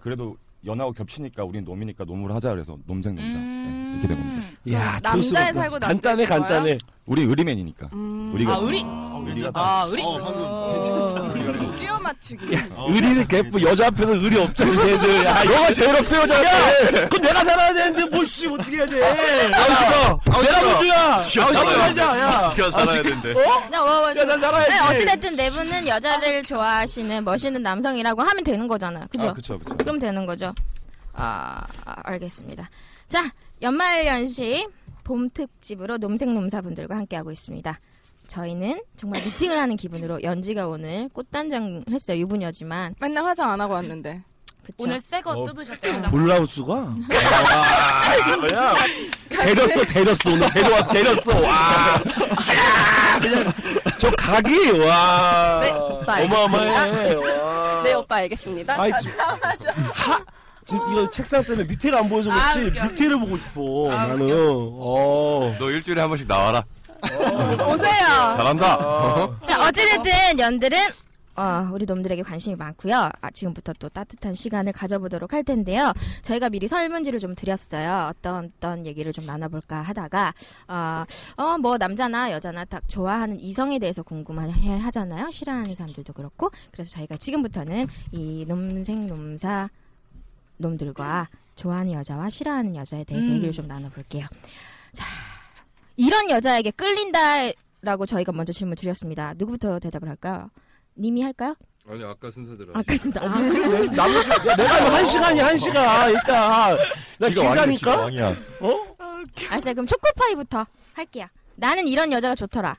Speaker 6: 그래도 연하고 겹치니까 우린 놈이니까 놈을 하자 그래서 놈생 놈자 네, 이렇게 된 겁니다.
Speaker 9: 야,
Speaker 5: 남자에
Speaker 9: 초이스가
Speaker 5: 살고 남자에
Speaker 9: 간단해,
Speaker 5: 죽어요?
Speaker 9: 간단해.
Speaker 6: 우리 의리맨이니까. 의리가
Speaker 3: 아,
Speaker 6: 있어.
Speaker 3: 의리?
Speaker 6: 의리가
Speaker 3: 아, 우리
Speaker 9: 어,
Speaker 5: 끼워 맞추기.
Speaker 6: 어.
Speaker 9: 의리는 개뿔 여자 앞에서 의리 없잖아 얘들 야 여가 제일 없어 여자 앞에 그럼 내가 살아야 되는데 뭐씨 어떻게 해야 돼
Speaker 8: 아우, 싫어. 아우,
Speaker 9: 내가
Speaker 8: 싫어.
Speaker 9: 문제야
Speaker 8: 싫어,
Speaker 9: 아우,
Speaker 8: 살아야
Speaker 9: 살자,
Speaker 8: 돼.
Speaker 9: 야.
Speaker 8: 싫어, 살아야
Speaker 9: 아, 시-
Speaker 8: 된대.
Speaker 9: 어?
Speaker 2: 나 와, 와,
Speaker 9: 야, 난 살아야지.
Speaker 2: 네, 어찌됐든 네 분은 여자를 좋아하시는 멋있는 남성이라고 하면 되는 거잖아요. 그죠?
Speaker 6: 아, 그쵸, 그쵸.
Speaker 2: 그럼 되는 거죠. 아, 아, 알겠습니다. 자, 연말연시 봄 특집으로 놈생놈사분들과 함께하고 있습니다. 저희는 정말 미팅을 하는 기분으로 연지가 오늘 꽃단장 했어요. 유부녀지만.
Speaker 5: 맨날 화장 안 하고 왔는데.
Speaker 2: 그쵸?
Speaker 3: 오늘 새
Speaker 8: 어.
Speaker 3: 거 뜯으셨대요.
Speaker 9: 블라우스가 아, 야 데렸어 데렸어 오늘 데려와 데렸어 와 야, 그냥 저 각이 와
Speaker 1: 네, 오빠
Speaker 9: 어마어마해 와
Speaker 1: 네, 오빠 알겠습니다.
Speaker 9: 아이, 지- 아, 지금 이거 책상 때문에 밑에를 안 보여서
Speaker 1: 아,
Speaker 9: 그렇지
Speaker 1: 웃겨. 아,
Speaker 9: 밑에를 보고 싶어 나는 어
Speaker 8: 너 일주일에 한 번씩 나와라.
Speaker 5: 오세요.
Speaker 8: 잘한다. 아.
Speaker 2: 자, 어찌됐든 연들은 어, 우리 놈들에게 관심이 많고요. 아, 지금부터 또 따뜻한 시간을 가져보도록 할 텐데요. 저희가 미리 설문지를 좀 드렸어요. 어떤 어떤 얘기를 좀 나눠볼까 하다가 어, 어, 뭐 남자나 여자나 딱 좋아하는 이성에 대해서 궁금해 하잖아요. 싫어하는 사람들도 그렇고 그래서 저희가 지금부터는 이 놈생 놈사 놈들과 좋아하는 여자와 싫어하는 여자에 대해서
Speaker 3: 음.
Speaker 2: 얘기를 좀 나눠볼게요. 자, 이런 여자에게 끌린다라고 저희가 먼저 질문 드렸습니다. 누구부터 대답을 할까요? 님이 할까요?
Speaker 8: 아니, 아까 순서대로.
Speaker 2: 아까 진짜 아,
Speaker 9: 네, 남자 야, 내가 네, 뭐한 시간이 한 시간 일단 아. 나
Speaker 6: 지가 왕이야, 지가
Speaker 9: 길다니까
Speaker 6: 왕이야.
Speaker 9: 어
Speaker 2: 알았어요. 아, 그럼 초코파이부터 할게요. 나는 이런 여자가 좋더라.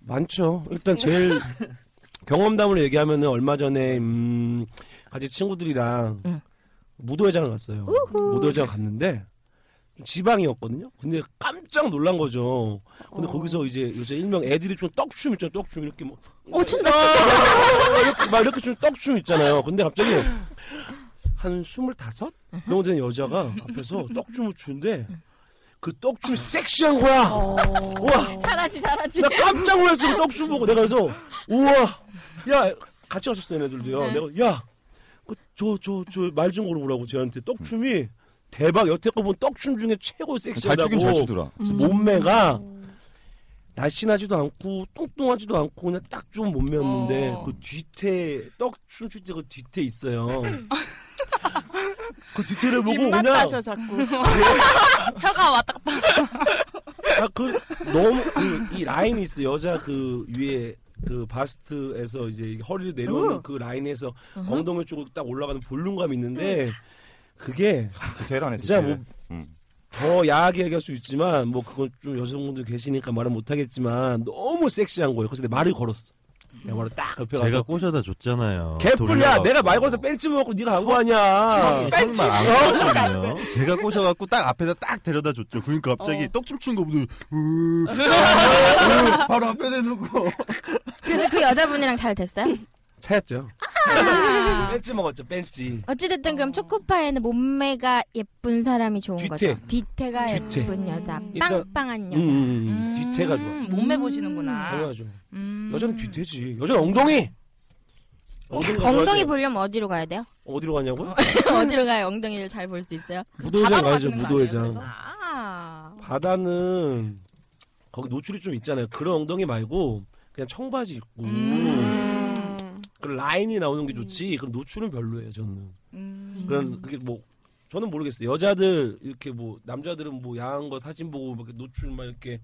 Speaker 9: 많죠 일단 제일 경험담으로 얘기하면은 얼마 전에 음 같이 친구들이랑
Speaker 2: 응.
Speaker 9: 무도회장을 갔어요 무도회장 갔는데 지방이었거든요 근데 깜짝 놀란 거죠 근데 거기서 이제 요새 일명 애들이 추는 떡춤 있잖아요 떡춤 이렇게 뭐
Speaker 2: 어, 춘다, 춘다.
Speaker 9: 이렇게 막 이렇게 좀 떡춤 있잖아요. 근데 갑자기 한 스물다섯 정도 된 여자가 앞에서 떡춤을 추는데 그 떡춤이 섹시한 거야. 우와,
Speaker 2: 잘하지, 잘하지.
Speaker 9: 나 깜짝 놀랐어 그 떡춤 보고 내가 그래서 우와, 야 같이 갔었어요 얘네들도요. 내가 야 저 저 저 말 좀 걸어보라고 저한테 떡춤이 대박 여태껏 본 떡춤 중에 최고 섹시하다고
Speaker 6: 잘 추긴 잘 추더라. 진짜.
Speaker 9: 몸매가 날씬하지도 않고 뚱뚱하지도 않고 그냥 딱 좋은 몸매였는데 그 뒤태 떡춤 출때그 뒤태 있어요 그 뒤태를 보고
Speaker 5: 입맛
Speaker 9: 그냥
Speaker 5: 따셔 자꾸.
Speaker 2: 혀가 왔다 갔다.
Speaker 9: 아그 너무 그이 라인이 있어 여자 그 위에 그 바스트에서 이제 허리를 내려오는
Speaker 11: 우.
Speaker 9: 그 라인에서
Speaker 11: 어허.
Speaker 9: 엉덩이 쪽으로 딱 올라가는 볼륨감이 있는데 그게 진짜 뭐 더 야하게 얘기할 수 있지만 뭐 그건 좀 여성분들 계시니까 말은 못하겠지만 너무 섹시한 거예요. 그래서 내가 말을 걸었어. 내가 말을 딱 옆에 가서
Speaker 10: 제가 꼬셔다 줬잖아요.
Speaker 9: 개뿔야
Speaker 10: 돌려갖고. 어,
Speaker 9: 내가 말 걸어서 뺀지 먹고 네가 한 거 아니야. 어?
Speaker 10: 뺀지 먹었거든요. 제가 꼬셔갖고 딱 앞에다 딱 데려다 줬죠. 그러니까 갑자기
Speaker 11: 어.
Speaker 10: 떡춤 추는 거 보고 바로 앞에 대놓고
Speaker 2: 그래서 그 여자분이랑 잘 됐어요?
Speaker 9: 차였죠.
Speaker 2: 아.
Speaker 9: 뺀지 먹었죠. 뺀지.
Speaker 2: 어찌됐든 그럼 초코파이는 몸매가 예쁜 사람이 좋은
Speaker 9: 뒤태.
Speaker 2: 거죠. 뒤태가
Speaker 9: 뒤태.
Speaker 2: 예쁜 여자,
Speaker 9: 일단-
Speaker 2: 빵빵한
Speaker 9: 음, 음,
Speaker 2: 여자.
Speaker 9: 음. 뒤태가 좋아.
Speaker 3: 몸매
Speaker 8: 음,
Speaker 3: 보시는구나.
Speaker 9: 당연하죠. 여자는 뒤태지. 여자는 엉덩이. 음. 엉덩이가
Speaker 2: 엉덩이
Speaker 9: 좋아하지.
Speaker 2: 보려면 어디로 가야 돼요?
Speaker 9: 어디로 가냐고요?
Speaker 2: 어디로 가야 엉덩이를 잘 볼 수 있어요?
Speaker 9: 네. 무도회장
Speaker 2: 바다로
Speaker 9: 가야죠.
Speaker 2: 가시는 거
Speaker 9: 무도회장.
Speaker 2: 아.
Speaker 9: 바다는 거기 노출이 좀 있잖아요. 그런 엉덩이 말고 그냥 청바지 입고 그 라인이 나오는 게 좋지. 그럼 노출은 별로예요. 저는 그런 그게 뭐 저는 모르겠어요. 여자들 이렇게 뭐 남자들은 뭐 야한 거 사진 보고 막 이렇게 노출 막 이렇게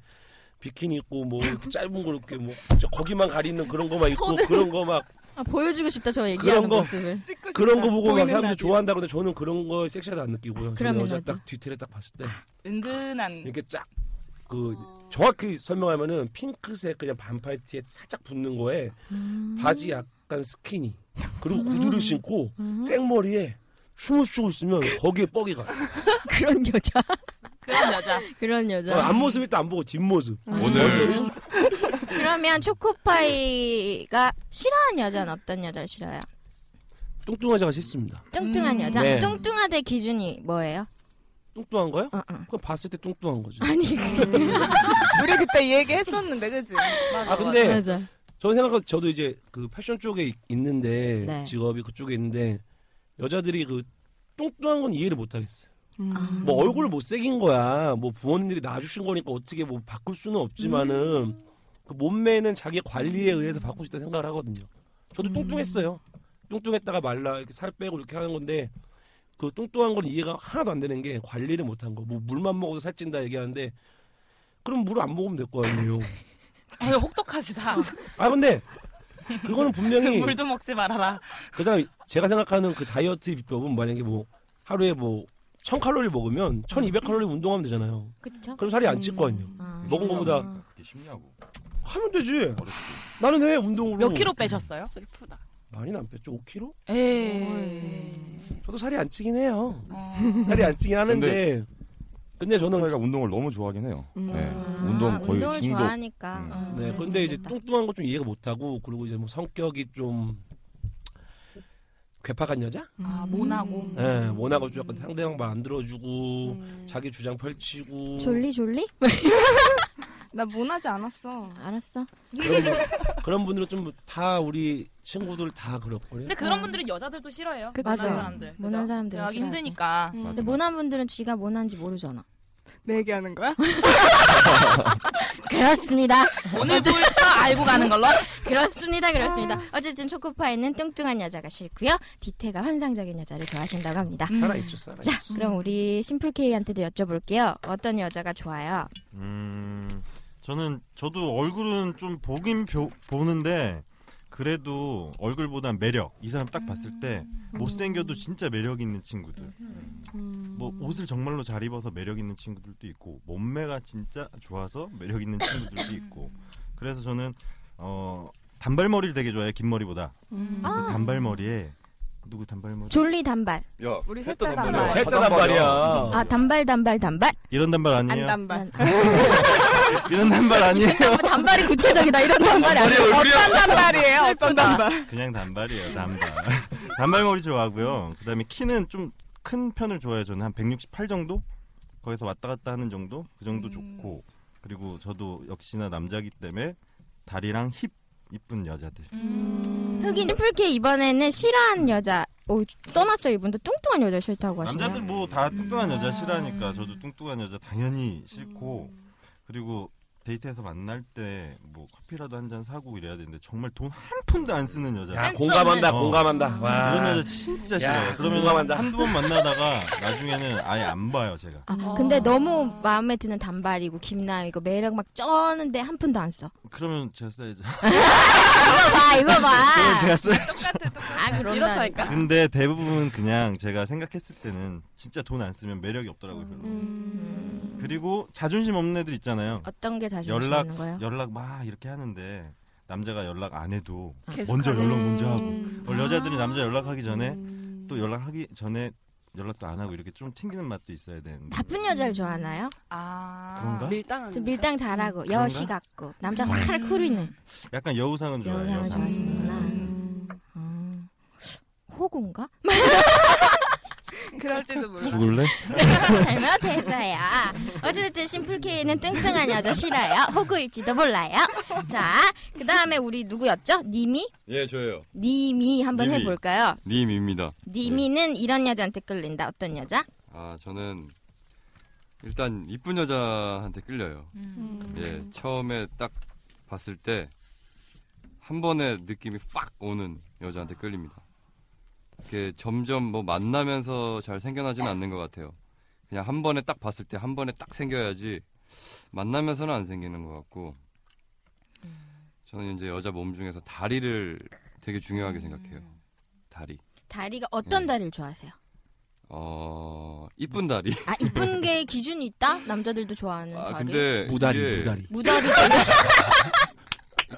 Speaker 9: 비키니 입고 뭐 이렇게 짧은 거 이렇게 뭐 진짜 거기만 가리는 그런 거만 입고
Speaker 2: 저는-
Speaker 9: 그런 거막
Speaker 2: 아, 보여주고 싶다 저
Speaker 9: 그런
Speaker 2: 얘기하는
Speaker 9: 거
Speaker 2: 모습을.
Speaker 9: 그런 거 보고 막
Speaker 2: 보이는
Speaker 9: 사람들
Speaker 2: 라디오.
Speaker 9: 좋아한다 그러는데 저는 그런 거 섹시하다 안 느끼고요. 저는
Speaker 3: 그러면
Speaker 9: 여자
Speaker 3: 어디?
Speaker 9: 딱 뒤태를 딱 봤을 때
Speaker 3: 은근한
Speaker 9: 이렇게 쫙 그 정확히 설명하면은 핑크색 그냥 반팔 티에 살짝 붙는 거에
Speaker 2: 음.
Speaker 9: 바지 약간 스키니 그리고 구두를 신고
Speaker 2: 음.
Speaker 9: 생머리에 춤을 추고 있으면 거기에 뻑이 가.
Speaker 2: 그런 여자. 그런 여자. 그런
Speaker 9: 어,
Speaker 2: 여자.
Speaker 9: 앞모습이 또 안 보고 뒷모습.
Speaker 2: 네. 아. 오늘. 그러면 초코파이가 싫어하는 여자는 어떤 여자를 싫어요?
Speaker 9: 뚱뚱하자가 싫습니다.
Speaker 2: 뚱뚱한 여자.
Speaker 9: 네.
Speaker 2: 뚱뚱하대 기준이 뭐예요?
Speaker 9: 뚱뚱한 거요?
Speaker 2: 어,
Speaker 9: 그럼 봤을 때 뚱뚱한 거죠.
Speaker 2: 아니
Speaker 5: 우리 그때 이 얘기 했었는데 그지?
Speaker 9: 아 근데 저는 생각하고 저도 이제 그 패션 쪽에 이- 있는데
Speaker 5: 네.
Speaker 9: 직업이 그쪽에 있는데 여자들이 그 뚱뚱한 건 이해를 못 하겠어요. 뭐 얼굴 못생긴 거야. 뭐 부모님들이 낳아주신 거니까 어떻게 뭐 바꿀 수는 없지만은 그 몸매는 자기 관리에 의해서 바꿀 수 있다 고 생각을 하거든요. 저도 뚱뚱했어요. 뚱뚱했다가 말라 이렇게 살 빼고 이렇게 하는 건데 그 뚱뚱한 건 이해가 하나도 안 되는 게 관리를 못한 거. 뭐 물만 먹어도 살찐다 얘기하는데 그럼 물을 안 먹으면 될 거 아니에요.
Speaker 3: 진짜 혹독하시다.
Speaker 9: 아 근데 그거는 분명히
Speaker 3: 물도 먹지 말아라.
Speaker 9: 그 사람이 제가 생각하는 그 다이어트 비법은 만약에 뭐 하루에 뭐 1000칼로리 먹으면 1200칼로리 운동하면 되잖아요.
Speaker 2: 그쵸? 음.
Speaker 9: 그럼 살이 안 찔 거 아니에요. 먹은 거보다
Speaker 6: 그게 쉽냐고.
Speaker 9: 하면 되지. 나는 왜 운동으로
Speaker 3: 몇 킬로 빼셨어요? 슬프다.
Speaker 9: 많이는 안 뺐죠. 5kg?
Speaker 3: 에이.
Speaker 9: 저도 살이 안 찌긴 해요.
Speaker 6: 어.
Speaker 9: 살이 안 찌긴 하는데 근데 저는
Speaker 6: 저희가 운동을 너무 좋아하긴 해요. 네. 운동 거의
Speaker 2: 음. 아, 운동을
Speaker 6: 중독. 음.
Speaker 2: 좋아하니까. 어,
Speaker 9: 네,
Speaker 2: 그럴
Speaker 9: 근데
Speaker 2: 수
Speaker 9: 이제
Speaker 2: 있겠다.
Speaker 9: 뚱뚱한 거 좀 이해가 못하고 그리고 이제 뭐 성격이 좀 괴팍한 여자?
Speaker 3: 아
Speaker 8: 음.
Speaker 3: 모나고.
Speaker 8: 네.
Speaker 9: 예,
Speaker 2: 음.
Speaker 9: 원하고 좀 약간 상대방 말 안 들어주고 자기 주장 펼치고
Speaker 2: 졸리 졸리?
Speaker 5: 나 모나지 않았어.
Speaker 2: 알았어.
Speaker 9: 그런, 분- 그런 분들은 좀 다 우리 친구들 다 그렇거든요.
Speaker 3: 근데 그런 분들은 여자들도 싫어해요.
Speaker 2: 그치.
Speaker 3: 모난
Speaker 2: 맞아요.
Speaker 3: 사람들. 그죠?
Speaker 2: 모난 사람들은 음.
Speaker 3: 대화하기
Speaker 2: 싫어하지.
Speaker 3: 힘드니까.
Speaker 2: 근데 모난 분들은 지가 모난지 모르잖아.
Speaker 5: 내 얘기하는 거야?
Speaker 2: 그렇습니다.
Speaker 3: 오늘 볼까 알고 가는 걸로? 아.
Speaker 2: 그렇습니다. 그렇습니다. 어쨌든 초코파이는 뚱뚱한 여자가 싫고요. 디테가 환상적인 여자를 좋아하신다고 합니다.
Speaker 3: 음.
Speaker 9: 살아있죠, 살아있죠.
Speaker 2: 자, 그럼 우리 심플K한테도 여쭤볼게요. 어떤 여자가 좋아요?
Speaker 10: 음, 저는 저도 얼굴은 좀 보긴 보, 보는데 그래도 얼굴보단 매력. 이 사람 딱 봤을 때
Speaker 2: 음.
Speaker 10: 못생겨도 진짜 매력 있는 친구들. 뭐 옷을 정말로 잘 입어서 매력 있는 친구들도 있고 몸매가 진짜 좋아서 매력 있는 친구들도 있고. 그래서 저는 어 단발머리를 되게 좋아해요. 긴 머리보다.
Speaker 2: 음.
Speaker 10: 그
Speaker 2: 아.
Speaker 10: 단발머리에 누구 단발머리?
Speaker 2: 졸리 단발.
Speaker 10: 야,
Speaker 5: 우리
Speaker 10: 셋다
Speaker 2: 단발이야.
Speaker 9: 셋다 단발이야.
Speaker 2: 아, 단발, 단발, 단발.
Speaker 10: 이런 단발 아니에요.
Speaker 5: 단발.
Speaker 10: 이런 단발 아니에요.
Speaker 2: 뭐 단발이 구체적이다. 이런
Speaker 10: 어,
Speaker 2: 단발이 아니에요.
Speaker 5: 어떤 단발?
Speaker 10: 아, 그냥 단발이에요, 단발. 단발머리 좋아하고요. 그다음에 키는 좀 큰 편을 좋아해요. 저는 한 168 정도? 거기서 왔다 갔다 하는 정도? 그 정도
Speaker 2: 음.
Speaker 10: 좋고. 그리고 저도 역시나 남자기 때문에 다리랑 힙 이쁜 여자들.
Speaker 2: 흑인 심플K 이번에는 싫어하는 여자 어, 써놨어요 이분도 뚱뚱한 여자 싫다고 하시네요.
Speaker 10: 남자들 뭐
Speaker 2: 음.
Speaker 10: 다 뚱뚱한
Speaker 2: 아.
Speaker 10: 여자 싫어하니까 저도 뚱뚱한 여자 당연히 싫고 그리고 데이트에서 만날 때 뭐 커피라도 한 잔 사고 이래야 되는데 정말 돈 한 푼도 안 쓰는 여자.
Speaker 9: 야, 공감한다, 공감한다. 와.
Speaker 10: 이런 여자 진짜
Speaker 9: 야,
Speaker 10: 싫어요. 그러면
Speaker 9: 공감한다.
Speaker 10: 한두 번 만나다가 나중에는 아예 안 봐요 제가.
Speaker 2: 아, 근데 너무 마음에 드는 단발이고 김나 이거 매력 막 쩌는데 한 푼도 안 써.
Speaker 10: 그러면 제가 써야죠.
Speaker 2: 이거 봐, 이거 봐.
Speaker 10: 그러면 제가 써야죠.
Speaker 2: 아, 그런다.
Speaker 3: 이렇다니까?
Speaker 10: 근데 대부분 그냥 제가 생각했을 때는 진짜 돈 안 쓰면 매력이 없더라고요. 별로. 그리고 자존심 없는 애들 있잖아요.
Speaker 2: 음. 어떤 게 자존심
Speaker 10: 연락,
Speaker 2: 없는 거예요?
Speaker 10: 연락 막 이렇게 하는데 남자가 연락 안 해도
Speaker 2: 아, 계속 음. 아.
Speaker 10: 먼저
Speaker 2: 하네.
Speaker 10: 연락 먼저 하고 원래 여자들이 남자 연락하기 전에
Speaker 2: 음.
Speaker 10: 또 연락하기 전에 연락도 안 하고 이렇게 좀 튕기는 맛도 있어야 되는데
Speaker 2: 나쁜 여자를 좋아하나요?
Speaker 10: 그런가?
Speaker 2: 밀당 좀 밀당 잘하고
Speaker 10: 그런가? 음.
Speaker 2: 여시 같고 남자랑 활 쿠리는
Speaker 10: 약간 여우상은 좋아해요.
Speaker 2: 여우상을
Speaker 10: 여우상.
Speaker 2: 좋아하시는구나. 음. 호구인가?
Speaker 5: 그럴지도 몰라.
Speaker 10: 죽을래?
Speaker 2: 잘못했어요. 어쨌든 심플케이는 뚱뚱한 여자 싫어요. 호구일지도 몰라요. 자, 그 다음에 우리 누구였죠? 님이?
Speaker 8: 예, 저예요.
Speaker 2: 님이 한번
Speaker 8: 님이.
Speaker 2: 해볼까요?
Speaker 8: 님입니다.
Speaker 2: 님이는 이런 여자한테 끌린다. 어떤 여자?
Speaker 4: 아 저는 일단 이쁜 여자한테 끌려요.
Speaker 2: 음.
Speaker 4: 예 처음에 딱 봤을 때 한 번에 느낌이 팍 오는 여자한테 끌립니다. 이게 점점 뭐 만나면서 잘 생겨나진 않는 것 같아요. 그냥 한 번에 딱 봤을 때 한 번에 딱 생겨야지 만나면서는 안 생기는 것 같고 저는 이제 여자 몸 중에서 다리를 되게 중요하게 생각해요. 다리.
Speaker 2: 음. 다리가 어떤
Speaker 4: 예.
Speaker 2: 다리를 좋아하세요?
Speaker 4: 어 이쁜 다리.
Speaker 2: 아, 이쁜 게 기준이 있다? 남자들도 좋아하는
Speaker 4: 아,
Speaker 2: 다리.
Speaker 4: 근데
Speaker 12: 무다리,
Speaker 4: 이게-
Speaker 12: 무다리.
Speaker 2: 무다리. 그러니까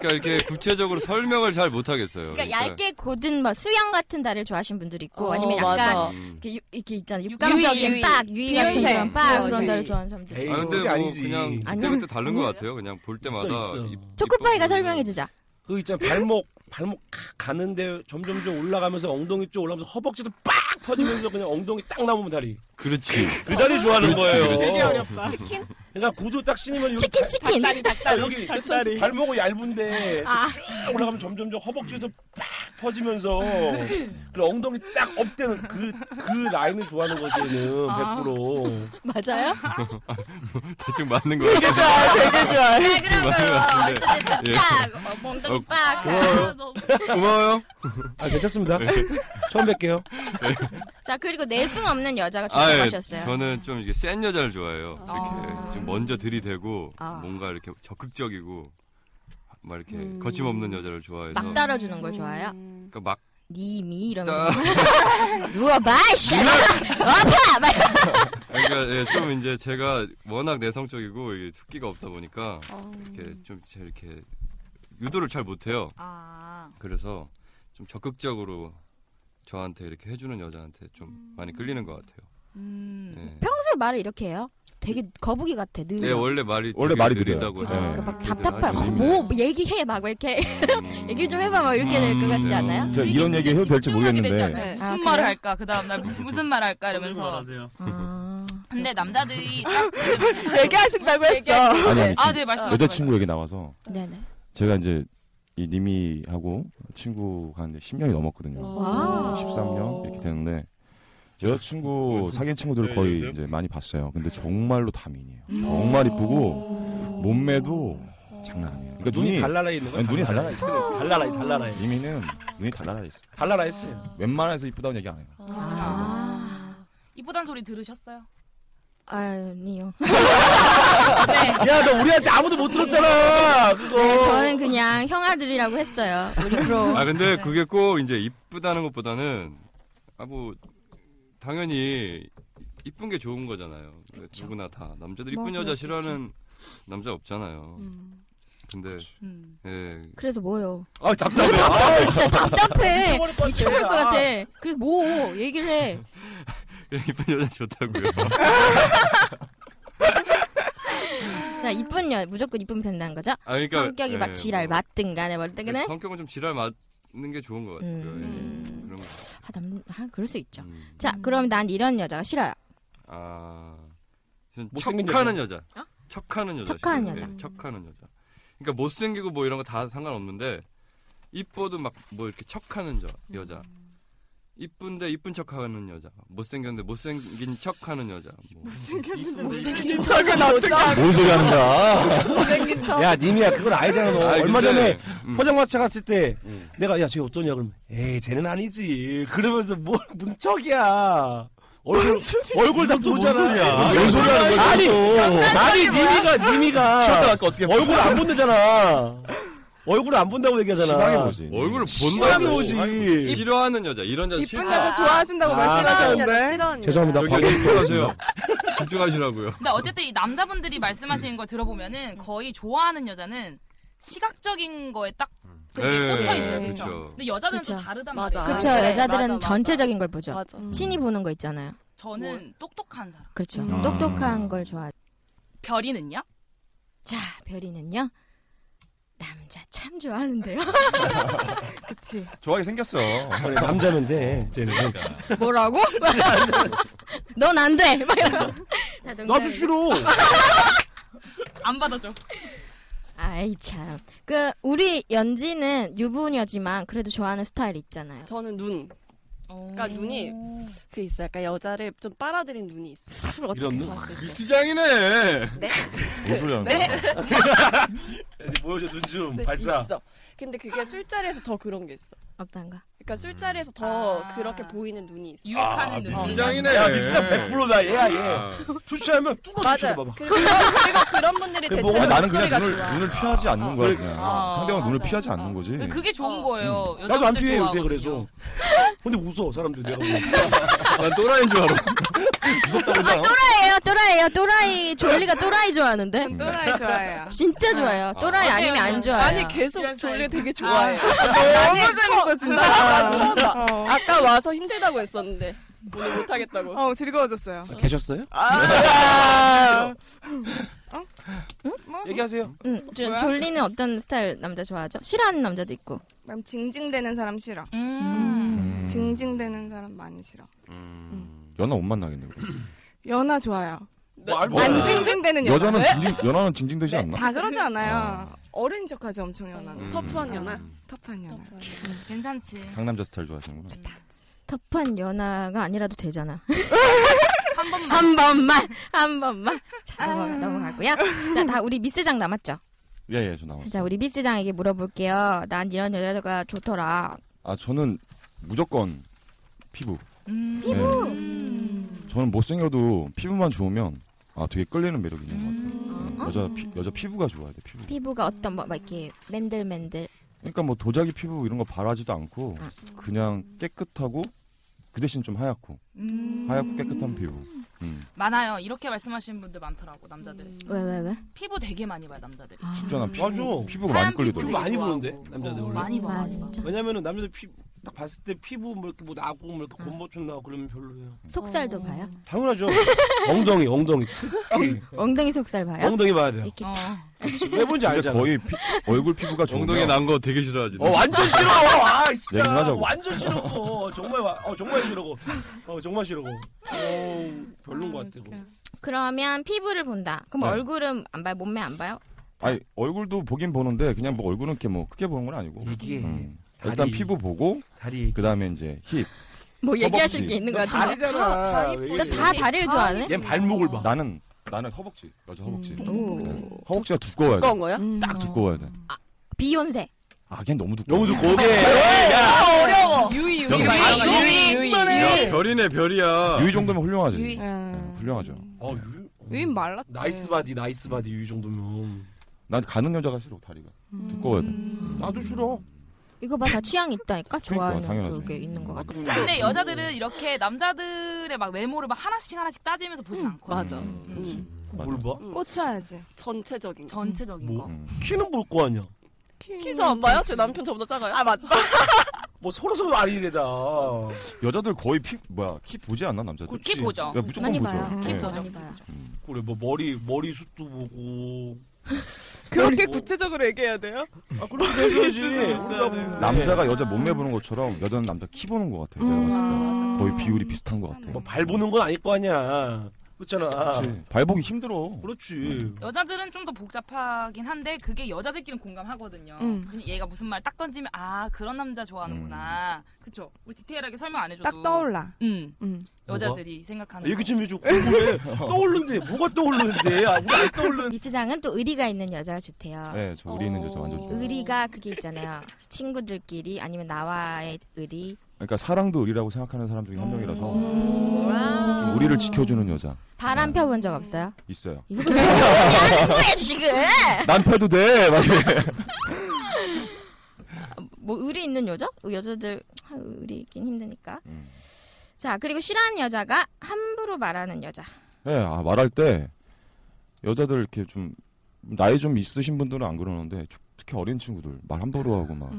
Speaker 4: 그러니까 이렇게 구체적으로 설명을 잘 못하겠어요.
Speaker 2: 그러니까
Speaker 4: 그러니까
Speaker 2: 얇게 곧은 뭐 수영 같은 다리를 좋아하시는 분들이 있고
Speaker 4: 어,
Speaker 2: 아니면
Speaker 4: 맞아.
Speaker 2: 약간 이렇게, 유- 이렇게 있잖아요. 육감적인
Speaker 5: 유이.
Speaker 2: 빡, 유이 같은
Speaker 5: 비욘세.
Speaker 2: 그런 빡
Speaker 5: 어,
Speaker 2: 그런
Speaker 5: 유이.
Speaker 2: 다리를 좋아하는 사람들.
Speaker 4: 아 근데
Speaker 9: 그게
Speaker 4: 뭐
Speaker 9: 아니지.
Speaker 4: 그냥
Speaker 2: 아니야.
Speaker 4: 그때 그때 다른 것 같아요. 그냥 볼 때마다
Speaker 9: 있어.
Speaker 4: 이-
Speaker 2: 초코파이가 설명해주자.
Speaker 9: 그 있잖아 발목 발목 칵 가는데 점점 점 올라가면서 엉덩이 쪽 올라가면서 허벅지도 빡 퍼지면서 그냥 엉덩이 딱 나오면 다리.
Speaker 4: 그렇지.
Speaker 9: 그 다리 좋아하는
Speaker 11: 그렇지,
Speaker 9: 거예요.
Speaker 11: 그렇지. 되게 어렵다. 치킨?
Speaker 9: 그러니까 구조 딱 신으면 여기
Speaker 11: 치킨,
Speaker 9: 발-
Speaker 11: 치킨.
Speaker 9: 발-
Speaker 11: 닭다리,
Speaker 9: 여기
Speaker 11: 닭다리.
Speaker 9: 발목은 얇은데
Speaker 11: 아.
Speaker 9: 쭉 올라가면 점점 점 허벅지에서 빡 퍼지면서 그 엉덩이 딱 업되는 그 그 라인을 좋아하는 거지 얘는
Speaker 2: 아.
Speaker 9: 100%.
Speaker 2: 맞아요?
Speaker 4: 대충
Speaker 9: 그
Speaker 4: 맞는 거
Speaker 9: 되게 좋아, 되게 좋아.
Speaker 2: 네, 그런 걸로
Speaker 4: 맞는 것 같은데.
Speaker 2: 어쨌든 쫙 어, 엉덩이
Speaker 4: 예. 어,
Speaker 2: 빡.
Speaker 4: 고마워요. 네. 고마워요.
Speaker 9: 아 괜찮습니다. 처음 뵐게요.
Speaker 2: 자 그리고 내숭 없는 여자가
Speaker 4: 아, 예.
Speaker 2: 좋아하셨어요.
Speaker 4: 저는 좀 이게 센 여자를 좋아해요. 이렇게
Speaker 2: 아.
Speaker 4: 좀 먼저 들이대고
Speaker 2: 아.
Speaker 4: 뭔가 이렇게 적극적이고 막 이렇게 거침없는 여자를 좋아해서
Speaker 2: 음. 막 따라주는 걸 좋아해요.
Speaker 4: 그러니까 막
Speaker 2: 니미 이러면서 누워봐 씨. 어, 아파. 막 이러면서.
Speaker 4: 뭐? 그러니까 예, 좀 이제 제가 워낙 내성적이고 이게 숙기가 없다 보니까
Speaker 2: 어.
Speaker 4: 이렇게 좀 제가 이렇게 유도를 잘 못해요.
Speaker 2: 아.
Speaker 4: 그래서 좀 적극적으로 저한테 이렇게 해주는 여자한테 좀 많이 끌리는 것 같아요. 예.
Speaker 2: 음. 평소에 말을 이렇게 해요. 되게 거북이 같아. 늘.
Speaker 4: 예, 원래 아, 말이
Speaker 6: 원래
Speaker 4: 되게
Speaker 6: 말이 느려요.
Speaker 4: 느리다고
Speaker 6: 예.
Speaker 4: 해요.
Speaker 2: 막 답답해. 뭐
Speaker 4: 네.
Speaker 2: 얘기해 막 얘기해.
Speaker 4: 음.
Speaker 2: 얘기 좀 해봐 막 이렇게 될 것 같지 않아요?
Speaker 6: 저 이런 얘기 해도 될지 모르겠는데
Speaker 3: 무슨
Speaker 2: 아,
Speaker 3: 말을
Speaker 2: 그래요?
Speaker 3: 할까? 그 다음 날 무슨, 무슨 말을 할까 이러면서. 어. 근데 남자들이 딱 지금
Speaker 5: 얘기하신다고 했어.
Speaker 6: 아니 아니
Speaker 3: 아, 네 말씀.
Speaker 6: 여자친구 얘기 나와서
Speaker 2: 네네.
Speaker 6: 제가 이제 이 님이하고 친구 가는데 10년이
Speaker 2: 어.
Speaker 6: 넘었거든요.
Speaker 2: 와.
Speaker 6: 13년 이렇게 되는데
Speaker 9: 아, 그, 뭐,
Speaker 6: 여자친구 사귄
Speaker 9: 네,
Speaker 6: 친구들을 거의 이제 많이 봤어요.
Speaker 9: 음.
Speaker 6: 근데 정말로 다민이에요. 정말 이쁘고 몸매도 장난 아니에요. 그러니까
Speaker 9: 눈이 달라라 있는 거야?
Speaker 6: 아니, 눈이 달라라
Speaker 9: 달라라 있어.
Speaker 6: 있어.
Speaker 9: 달라라 있어, 달라라 있어.
Speaker 6: 님이는 눈이 달라라 있어.
Speaker 9: 달라라 했어요.
Speaker 6: 웬만해서 이쁘다는 얘기 안 해요.
Speaker 3: 이쁘단 소리 들으셨어요?
Speaker 2: 아니요.
Speaker 3: 네.
Speaker 9: 야, 너 우리한테 아무도 못 들었잖아. 그거.
Speaker 1: 어.
Speaker 2: 네, 저는 그냥 형아들이라고 했어요. 우리 프로.
Speaker 4: 아 근데 그게 꼭 이제 이쁘다는 것보다는 아 뭐 당연히 이쁜 게 좋은 거잖아요. 누구나 다 남자들 이쁜
Speaker 2: 뭐,
Speaker 4: 여자
Speaker 2: 그럴 수
Speaker 4: 싫어하는 남자 없잖아요. 근데 예.
Speaker 2: 음. 그래서 뭐요?
Speaker 4: 아 답답해.
Speaker 2: 답답해, 진짜 답답해.
Speaker 4: 미쳐버릴 것 같아.
Speaker 2: 미쳐버릴 것 같아.
Speaker 4: 아.
Speaker 2: 그래서 뭐 얘기를 해.
Speaker 4: 예, 이쁜 여자 좋다고요.
Speaker 2: 자, 이쁜 여 무조건 이쁘면 된다는 거죠?
Speaker 4: 아, 그러니까,
Speaker 2: 성격이
Speaker 4: 예,
Speaker 2: 막 지랄
Speaker 4: 뭐.
Speaker 2: 맞든 간에 뭐든 간에
Speaker 4: 성격은 좀 지랄 맞는 게 좋은 것 같아요. 예. 그런 거.
Speaker 2: 아, 남, 아, 그럴 수 있죠.
Speaker 4: 음.
Speaker 2: 자, 그럼 난 이런 여자가 싫어요.
Speaker 4: 아
Speaker 9: 못생긴
Speaker 4: 척하는
Speaker 9: 여자.
Speaker 4: 여자.
Speaker 5: 어?
Speaker 4: 척하는 여자.
Speaker 2: 척하는
Speaker 4: 싫어요.
Speaker 2: 여자.
Speaker 4: 예, 척하는 여자. 그러니까 못생기고 뭐 이런 거 다 상관없는데 이뻐도 막 뭐 이렇게 척하는 여, 여자. 이쁜데 이쁜 척하는 여자, 못생겼는데 못생긴 척하는 여자. 뭐.
Speaker 5: 못생겼는데
Speaker 1: 못생긴
Speaker 5: 척은 어떻게 하는
Speaker 9: 아, 뭔 소리 하는 거야?
Speaker 4: 뭐
Speaker 5: 못생긴 척.
Speaker 9: 야, 님이야, 그건 알잖아, 너.
Speaker 4: 아니,
Speaker 9: 얼마
Speaker 4: 근데,
Speaker 9: 전에 포장마차 갔을 때, 내가, 야, 쟤 어떠냐, 그러면, 에이, 쟤는 아니지. 그러면서, 뭐, 무슨 척이야. 얼굴, 얼굴 다
Speaker 11: 뭔
Speaker 9: 보잖아.
Speaker 11: 소리야. 뭔 소리 하는 거야,
Speaker 9: 아니,
Speaker 11: 또.
Speaker 9: 아니, 님이가, 님이가.
Speaker 11: 쳤다 갈거 어떻게 봐.
Speaker 9: 얼굴 안 본다잖아. 얼굴 안 본다고 얘기하잖아.
Speaker 4: 시방에 보지. 얼굴을
Speaker 9: 시방에
Speaker 4: 본다고. 뭐
Speaker 9: 보지.
Speaker 4: 싫어하는 여자, 이런 여자 싫어.
Speaker 5: 이쁜 여자 좋아하신다고
Speaker 9: 아,
Speaker 5: 말씀하셨는데.
Speaker 9: 죄송합니다.
Speaker 4: 여기
Speaker 9: 방금
Speaker 4: 집중하세요. 집중하시라고요.
Speaker 3: 근데 어쨌든 이 남자분들이 말씀하시는 걸 들어보면은 거의 좋아하는 여자는 시각적인 거에 딱
Speaker 4: 예,
Speaker 3: 되게 꽂혀 있어요.
Speaker 4: 예,
Speaker 3: 그렇죠.
Speaker 4: 그쵸.
Speaker 3: 근데 여자는 좀
Speaker 2: 그쵸.
Speaker 3: 다르단
Speaker 2: 맞아.
Speaker 3: 말이에요. 네,
Speaker 2: 그쵸 여자들은 전체적인 걸 보죠. 음.
Speaker 3: 맞아.
Speaker 2: 친히 보는 거 있잖아요.
Speaker 3: 저는 똑똑한 사람.
Speaker 2: 그렇죠.
Speaker 4: 음.
Speaker 2: 똑똑한 걸 좋아.
Speaker 3: 별이는요?
Speaker 2: 자 아, 별이는요 남자 참 좋아하는데요. 그치.
Speaker 6: 좋아하게 생겼어.
Speaker 9: 그래, 남자면 네, 돼, 쟤는.
Speaker 2: 뭐라고? 넌 안 돼. 막 이러고. 자, 농담이고.
Speaker 9: 나도 싫어.
Speaker 3: 안 받아줘.
Speaker 2: 아이 참. 그 우리 연지는 유부녀지만 그래도 좋아하는 스타일 있잖아요.
Speaker 13: 저는 눈. 그러니까 눈이 그 있어요. 약간 여자를 좀 빨아들인 눈이 있어요. 술을
Speaker 9: 이런 눈?
Speaker 4: 시장이네.
Speaker 13: 네.
Speaker 9: 뭔 소리 하는
Speaker 13: 네.
Speaker 9: 보여줘, 눈 좀.
Speaker 13: 네,
Speaker 9: 발사.
Speaker 13: 있어. 근데 그게 술자리에서 더 그런 게 있어.
Speaker 2: 어떤가?
Speaker 13: 그러니까 술자리에서 더 그렇게 보이는 아. 눈이 있어.
Speaker 9: 아, 시장이네. 아. 야, 미시장 100%다. 얘야,
Speaker 6: 아.
Speaker 9: 아, 뭐, 얘. 술 취하면 뚜껑 쳐다봐봐.
Speaker 13: 그리고, 그리고 그런 분들이
Speaker 6: 그래,
Speaker 9: 뭐,
Speaker 13: 대체로
Speaker 6: 나는 그냥
Speaker 13: 목소리가
Speaker 6: 눈을,
Speaker 13: 좋아.
Speaker 6: 눈을 피하지
Speaker 9: 어.
Speaker 6: 않는 거야. 그냥.
Speaker 13: 아,
Speaker 6: 상대방 눈을 피하지 않는 거지.
Speaker 3: 그게 좋은
Speaker 2: 어.
Speaker 3: 거예요.
Speaker 6: 음.
Speaker 9: 나도 안
Speaker 3: 여자분들
Speaker 9: 피해, 요새
Speaker 3: 좋아하거든요.
Speaker 9: 그래서. 근데 웃어, 사람들 내가.
Speaker 4: 난 또라이인 줄 알아.
Speaker 2: 아,
Speaker 9: 어?
Speaker 2: 또라이예요, 또라이예요, 또라이. 졸리가 또라이 네, 좋아하는데?
Speaker 5: 음. 또라이 좋아해요.
Speaker 2: 진짜 좋아해요. 또라이
Speaker 5: 맞아요,
Speaker 2: 아니면 안
Speaker 5: 맞아요.
Speaker 2: 좋아해요.
Speaker 5: 아니, 계속
Speaker 2: 졸리
Speaker 13: 되게
Speaker 5: 좋아해요.
Speaker 13: 아니,
Speaker 5: 너무 재밌어,
Speaker 13: 처-
Speaker 5: 진짜.
Speaker 13: 처음 봐.
Speaker 5: 어.
Speaker 13: 아까 와서 힘들다고 했었는데 오늘 못하겠다고.
Speaker 5: 어, 즐거워졌어요.
Speaker 9: 계셨어요?
Speaker 2: 네.
Speaker 5: 아. 어?
Speaker 9: 얘기하세요.
Speaker 2: 응, 저-
Speaker 5: 뭐야?
Speaker 2: 졸리는 어떤 스타일 남자 좋아하죠? 싫어하는 남자도 있고.
Speaker 5: 난 징징대는 사람 싫어. 음.
Speaker 6: 음.
Speaker 5: 징징대는 사람 많이 싫어.
Speaker 6: 연하 못 만나겠네.
Speaker 5: 연하 좋아요.
Speaker 6: 네. 뭐야? 예.
Speaker 5: 안 징징대는 연하. 네,
Speaker 6: 여자는 징징, 연하는 징징되지 않나?
Speaker 5: 다 그러지 않아요. 어른 척하죠, 엄청 연하는.
Speaker 6: 음. 터프한
Speaker 3: 연하?
Speaker 5: 터프한 연하. 음.
Speaker 3: 괜찮지.
Speaker 6: 상남자 스타일 좋아하시는구나.
Speaker 2: 터프한 연하가 아니라도 되잖아.
Speaker 3: 한 번만.
Speaker 2: 한 번만. 한 번만. 자, 넘어가, 넘어가고요. 자, 다 우리 미스장 남았죠?
Speaker 6: 예, 예, 저 나왔어요.
Speaker 2: 자, 우리 미스장에게 물어볼게요. 난 이런 여자가 좋더라.
Speaker 6: 아, 저는 무조건 피부.
Speaker 2: 피부.
Speaker 6: 저는 못생겨도 피부만 좋으면 아, 되게 끌리는 매력이 있는 것
Speaker 5: 음.
Speaker 6: 같아요. 네, 여자, 피, 여자 피부가 좋아야 돼, 피부.
Speaker 2: 어? 피부가 어떤 뭐, 막 이렇게 맨들맨들.
Speaker 6: 그러니까 뭐 도자기 피부 이런 거 바라지도 않고
Speaker 5: 아.
Speaker 6: 그냥 깨끗하고 그 대신 좀 하얗고
Speaker 5: 음.
Speaker 6: 하얗고 깨끗한 피부. 음.
Speaker 3: 많아요. 이렇게 말씀하시는 분들 많더라고 남자들.
Speaker 2: 음. 왜 왜 아. 왜?
Speaker 3: 피부 되게 많이 봐 남자들이.
Speaker 6: 진짜 난 피부, 피부가
Speaker 3: 하얀
Speaker 6: 많이 끌리더라고.
Speaker 9: 피부 많이 보는데 남자들 원래.
Speaker 3: 어, 음, 많이 봐, 많이 봐.
Speaker 9: 왜냐면은 남자들 피딱 봤을 때 피부 뭐 이렇게 뭐 나고 뭐 이렇게 곰보춤 나고 그러면 별로예요.
Speaker 2: 속살도 봐요?
Speaker 9: 당연하죠. 엉덩이 엉덩이 특히
Speaker 2: 엉덩이 속살 봐요?
Speaker 9: 엉덩이 봐야 돼요.
Speaker 2: 이렇게 딱.
Speaker 9: 왜 본지
Speaker 6: 근데
Speaker 9: 알잖아.
Speaker 6: 거의 피- 얼굴 피부가 좋으면
Speaker 4: 엉덩이 난 거 되게 싫어하지.
Speaker 9: 어 완전 싫어. 아
Speaker 6: 얘기 좀
Speaker 9: 진짜
Speaker 6: 하자고.
Speaker 9: 완전 싫어. 어, 정말 와- 어 정말 싫어고. 어 정말 싫어고. 어 별론 것 같아. 그거.
Speaker 2: 그러면 피부를 본다. 그럼
Speaker 6: 네.
Speaker 2: 얼굴은 안 봐요? 몸매 안 봐요?
Speaker 6: 아니 얼굴도 보긴 보는데 그냥 뭐 얼굴은 이렇게 뭐 크게 보는 건 아니고. 음.
Speaker 9: 이게
Speaker 6: 일단
Speaker 9: 다리,
Speaker 6: 피부 보고 그다음에 이제 힙.
Speaker 2: 뭐 얘기하실
Speaker 6: 허벅지.
Speaker 2: 게 있는 거 같은데.
Speaker 9: 다리잖아.
Speaker 2: 다- 다
Speaker 9: 왜
Speaker 2: 이쁘지.
Speaker 9: 이래.
Speaker 2: 다 다리를 좋아하네?
Speaker 9: 얜 발목을 봐.
Speaker 6: 나는 나는 허벅지 여자 허벅지.
Speaker 2: 음. 오.
Speaker 6: 네. 허벅지가 두꺼워야 돼.
Speaker 2: 두꺼운 거요?
Speaker 6: 딱 두꺼워야 돼.
Speaker 2: 음. 비욘세.
Speaker 6: 아, 걔 너무 두꺼워. 너무
Speaker 9: 예.
Speaker 2: 아, 어려워.
Speaker 5: 유이
Speaker 6: 어, 아, 유이.
Speaker 5: 유이, 유이. 유이.
Speaker 4: 별이네 별이야.
Speaker 6: 유이 정도면 훌륭하지.
Speaker 5: 유이.
Speaker 6: 네, 훌륭하죠.
Speaker 9: 어 유,
Speaker 5: 유인 음. 말랐지.
Speaker 9: 나이스 바디 나이스 바디 이 정도면.
Speaker 6: 난 가는 여자가 싫어 다리가
Speaker 2: 음.
Speaker 6: 두꺼워야 돼.
Speaker 9: 나도 싫어.
Speaker 2: 이거 봐, 다 취향 있다니까? 좋아하는
Speaker 6: 그러니까, 당연하지.
Speaker 2: 그게 있는 것 같아.
Speaker 3: 근데 여자들은 이렇게 남자들의 막 외모를 막 하나씩 하나씩 따지면서 보진 음. 않거든.
Speaker 13: 맞아.
Speaker 9: 뭘 봐?
Speaker 3: 음.
Speaker 5: 꽂혀야지.
Speaker 13: 전체적인 거.
Speaker 3: 전체적인
Speaker 9: 뭐 키는 볼 거 아니야.
Speaker 13: 키저 안 봐요? 제 남편 저보다 작아요? 아 맞다.
Speaker 9: 뭐 서로 서로 아리래다.
Speaker 6: 여자들 거의 피 뭐야 키 보지 않나 남자들?
Speaker 9: 그치. 키 보죠.
Speaker 6: 야, 무조건
Speaker 9: 많이
Speaker 6: 보죠.
Speaker 9: 봐요. 키
Speaker 6: 네.
Speaker 9: 보죠.
Speaker 2: 많이 봐요.
Speaker 9: 그래 뭐 머리 머리 숱도 보고.
Speaker 5: 그렇게 구체적으로 얘기해야 돼요?
Speaker 9: 아, 그렇게 얘기해야지. 우리가
Speaker 5: 네.
Speaker 6: 남자가
Speaker 9: 네.
Speaker 6: 여자 몸매 보는 것처럼 여자는
Speaker 9: 음, 뭐
Speaker 6: 남자 키 보는 것 같아요. 내가 봤을 때 거의 비율이 비슷한 것 같아.
Speaker 9: 발 보는 건 아닐 거 아니야. 그렇잖아.
Speaker 6: 그렇지. 발복이 힘들어.
Speaker 9: 그렇지.
Speaker 3: 여자들은 좀 더 복잡하긴 한데 그게 여자들끼리는 공감하거든요.
Speaker 9: 음.
Speaker 3: 근데 얘가 무슨 말 딱 던지면 아 그런 남자 좋아하는구나. 그쵸? 우리 디테일하게 설명 안 해줘도
Speaker 5: 딱 떠올라.
Speaker 3: 음. 여자들이
Speaker 2: 뭐가?
Speaker 6: 아,
Speaker 3: 생각하는.
Speaker 9: 얘기 좀 해줘. 뭐 궁금해. 떠오르는데 뭐가 떠오르는데? 아, 우리 안 떠오르.
Speaker 2: 미스장은 또 의리가 있는 여자가 좋대요.
Speaker 6: 네, 저 의리 있는 여자
Speaker 9: 어.
Speaker 6: 완전 좋아.
Speaker 2: 의리가 그게 있잖아요. 친구들끼리 아니면 나와의 의리.
Speaker 6: 그러니까 사랑도 의리라고 생각하는 사람 중에 한 명이라서 좀
Speaker 9: 음.
Speaker 2: 와우.
Speaker 6: 우리를 지켜주는 여자 네.
Speaker 2: 바람 펴본 적 없어요?
Speaker 6: 있어요.
Speaker 2: 이거 왜 하는 거야 지금?
Speaker 6: 난 펴도 돼. 막 이래.
Speaker 2: 뭐 의리 있는 여자? 여자들 아, 의리 있긴 힘드니까.
Speaker 6: 음.
Speaker 2: 자 그리고 싫어하는 여자가 함부로 말하는 여자.
Speaker 6: 예, 아, 말할 때 여자들 이렇게 좀 나이 좀 있으신 분들은 안 그러는데 특히 어린 친구들 말 함부로 하고 막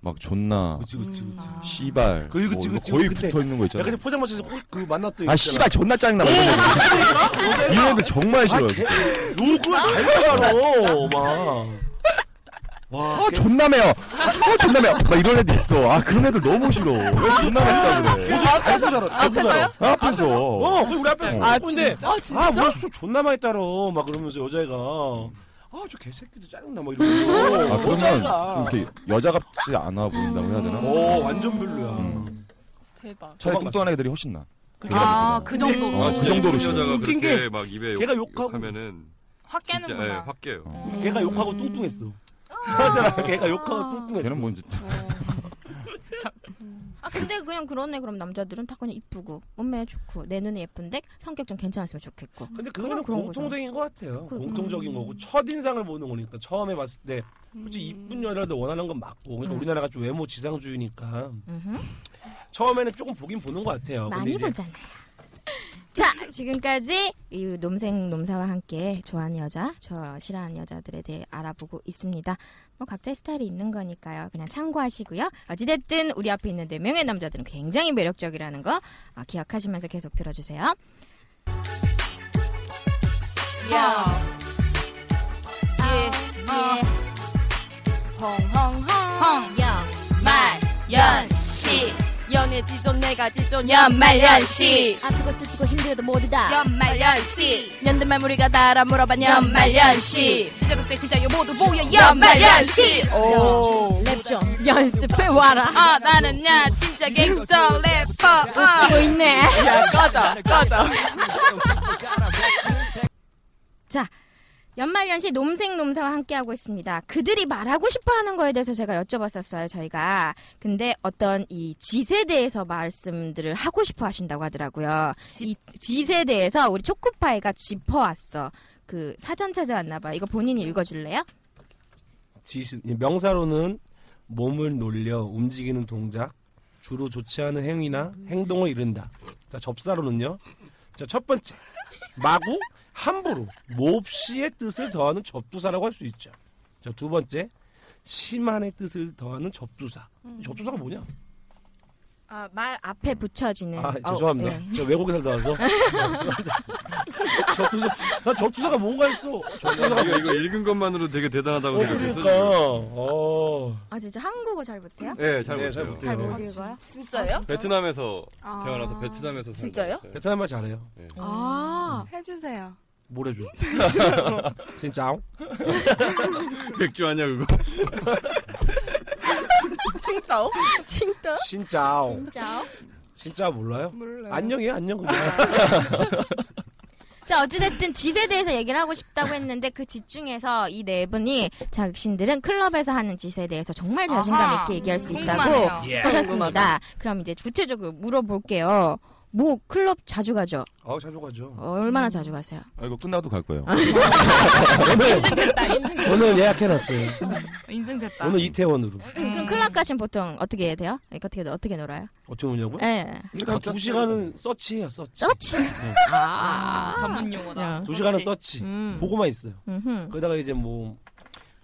Speaker 6: 막
Speaker 3: 욕.
Speaker 6: 존나
Speaker 9: 음.
Speaker 6: 씨발
Speaker 9: 그,
Speaker 6: 뭐
Speaker 9: 그치,
Speaker 6: 이거
Speaker 9: 그치.
Speaker 6: 거의
Speaker 9: 그때
Speaker 6: 붙어 있는 거 있잖아.
Speaker 9: 약간 포장마차에서 홀- 그 만났던. 어?
Speaker 6: 아 씨발 존나 짜증나. 막 이런 거. 이런 애 정말
Speaker 9: 아,
Speaker 6: 싫어요. 진짜.
Speaker 9: 누구야? 알잖아. 막. 와.
Speaker 6: 아 존나 매워. 아 존나 매워. 막 이런 애들 있어. 아 그런 애들 너무 싫어. 왜 존나 맵다 그래.
Speaker 9: 아,
Speaker 6: 아,
Speaker 9: 앞에서 저러. 앞에서.
Speaker 6: 앞에서.
Speaker 9: 어, 그리고 우리 앞에서
Speaker 6: 아,
Speaker 9: 근데
Speaker 6: 진짜? 아, 진짜?
Speaker 9: 아, 뭐야 술 존나 많이 따러 막 그러면서 여자애가 아, 저 개새끼도 짜증나 막 이러면서.
Speaker 6: 아 그러면
Speaker 9: 여자애가.
Speaker 6: 좀 이렇게 여자 같지 않아 보인다고 해야 되나?
Speaker 9: 오, 어, 완전 별로야.
Speaker 3: 대박.
Speaker 6: 음. 차라리 뚱뚱한 애들이 훨씬 나.
Speaker 3: 아, 그 정도.
Speaker 6: 어, 그 정도로 싫어.
Speaker 4: 여자가
Speaker 9: 웃긴
Speaker 4: 그렇게
Speaker 9: 게
Speaker 4: 막 입에 욕,
Speaker 9: 걔가 욕하고 음.
Speaker 4: 욕하면은
Speaker 3: 확
Speaker 4: 진짜 예,
Speaker 3: 깨는구나.
Speaker 4: 확 깨요.
Speaker 9: 걔가 욕하고 뚱뚱했어. 맞아, 걔가 욕하고 뚱뚱했어.
Speaker 6: 걔는 뭔지.
Speaker 4: 네.
Speaker 2: 아 근데 그냥 그러네 그럼 남자들은 다 그냥 이쁘고 몸매 좋고 내 눈에 예쁜데 성격 좀 괜찮았으면 좋겠고.
Speaker 9: 근데 그거는
Speaker 2: 그런 거죠.
Speaker 9: 공통적인 것 같아요.
Speaker 2: 그-
Speaker 9: 공통적인
Speaker 2: 음.
Speaker 9: 거고 첫 인상을 보는 거니까 처음에 봤을 때 솔직히 이쁜 여자를 원하는 건 맞고 그러니까
Speaker 2: 음.
Speaker 9: 우리나라가 좀 외모 지상주의니까
Speaker 2: 음흠.
Speaker 9: 처음에는 조금 보긴 보는 것 같아요. 근데
Speaker 2: 많이
Speaker 9: 이제
Speaker 2: 보잖아요. 자, 지금까지 이 놈생 놈사와 함께 좋아하는 여자, 저 싫어하는 여자들에 대해 알아보고 있습니다. 뭐 각자의 스타일이 있는 거니까요. 그냥 참고하시고요. 어찌됐든 우리 앞에 있는 네 명의 남자들은 굉장히 매력적이라는 거 아, 기억하시면서 계속 들어주세요.
Speaker 3: 야. 예.
Speaker 1: 아,
Speaker 3: 예.
Speaker 2: 홍홍홍.
Speaker 3: 연말연시.
Speaker 13: 연애 지존 내가 지존
Speaker 3: 연말연시.
Speaker 2: 아프고 슬프고 힘들어도 모두 다
Speaker 3: 연말연시. 연말 우리가 따라 물어봐 연말연시. 진짜 그때 진짜 이거 모두 모여 연말연시.
Speaker 1: 어.
Speaker 2: 랩좀 연습해 와라.
Speaker 3: 아 나는 야 진짜 갱스터 래퍼. 아.
Speaker 1: 뭐
Speaker 2: 또 있네. 야,
Speaker 3: 꺼져 꺼져.
Speaker 2: 자, 연말연시 놈생놈사와 함께하고 있습니다. 그들이 말하고 싶어하는 거에 대해서 제가 여쭤봤었어요, 저희가. 근데 어떤 이 짓에 대해서 말씀들을 하고 싶어 하신다고 하더라고요. 이 짓에 대해서 우리 초코파이가 짚어왔어. 그 사전 찾아왔나 봐. 이거 본인이 읽어줄래요?
Speaker 9: 지시- 명사로는 몸을 놀려 움직이는 동작, 주로 좋지 않은 행위나 행동을 이른다. 자, 접사로는요. 자, 첫 번째. 마구, 함부로, 몹시의 뜻을 더하는 접두사라고 할 수 있죠. 자, 두 번째. 심한의 뜻을 더하는 접두사.
Speaker 2: 음.
Speaker 9: 이 접두사가 뭐냐?
Speaker 2: 아, 말 앞에 붙여지는.
Speaker 9: 아, 죄송합니다.
Speaker 2: 어, 네.
Speaker 9: 제가 외국에 살다 와서. 접두사, 난 접두사가 뭔가 했어. 접두사가
Speaker 4: 이거, 이거
Speaker 9: 뭐지?
Speaker 4: 읽은 것만으로 되게 대단하다고
Speaker 9: 어,
Speaker 4: 생각해서
Speaker 9: 그러니까. 어.
Speaker 2: 아, 진짜 한국어 잘 못해요?
Speaker 9: 네,
Speaker 4: 예, 잘 못해요.
Speaker 2: 잘 못 읽어요?
Speaker 13: 진짜요?
Speaker 4: 베트남에서
Speaker 2: 아.
Speaker 4: 태어나서 베트남에서 살다
Speaker 2: 진짜요?
Speaker 4: 왔어요. 네.
Speaker 9: 베트남 말 잘해요.
Speaker 2: 아.
Speaker 5: 해주세요.
Speaker 9: 뭘 해줘? 진짜?
Speaker 4: 맥주 아니야 그거?
Speaker 13: 칭따오?
Speaker 2: 칭따오?
Speaker 9: 진짜.
Speaker 2: 진짜.
Speaker 9: 진짜 몰라요?
Speaker 5: 몰라요.
Speaker 9: 안녕이에요, 안녕. 그냥.
Speaker 2: 자 어찌됐든 짓에 대해서 얘기를 하고 싶다고 했는데 그 짓 중에서 이 네 분이 자신들은 클럽에서 하는 짓에 대해서 정말 자신감
Speaker 13: 아하.
Speaker 2: 있게 얘기할 수
Speaker 13: 음,
Speaker 2: 있다고
Speaker 13: 궁금하네요. 예.
Speaker 2: 하셨습니다.
Speaker 13: 궁금하다.
Speaker 2: 그럼 이제 구체적으로 물어볼게요. 뭐 클럽 자주 가죠?
Speaker 9: 아우 자주 가죠.
Speaker 2: 얼마나 자주 가세요?
Speaker 6: 아 이거 끝나도 갈 거예요.
Speaker 9: 오늘
Speaker 3: 인증됐다, 인증됐다.
Speaker 9: 오늘 예약해놨어요.
Speaker 3: 인증됐다.
Speaker 9: 오늘 이태원으로.
Speaker 2: 음, 그럼 클럽 가시면 보통 어떻게 해야 돼요? 그러니까 어떻게 어떻게 놀아요?
Speaker 9: 어떻게 오냐고요?
Speaker 2: 예.
Speaker 9: 그러니까 두 시간은 서치해요, 서치.
Speaker 2: 서치. 아,
Speaker 3: 전문 용어다.
Speaker 9: 두 시간은 서치.
Speaker 2: 음.
Speaker 9: 보고만 있어요.
Speaker 2: 음흠.
Speaker 9: 그러다가 이제 뭐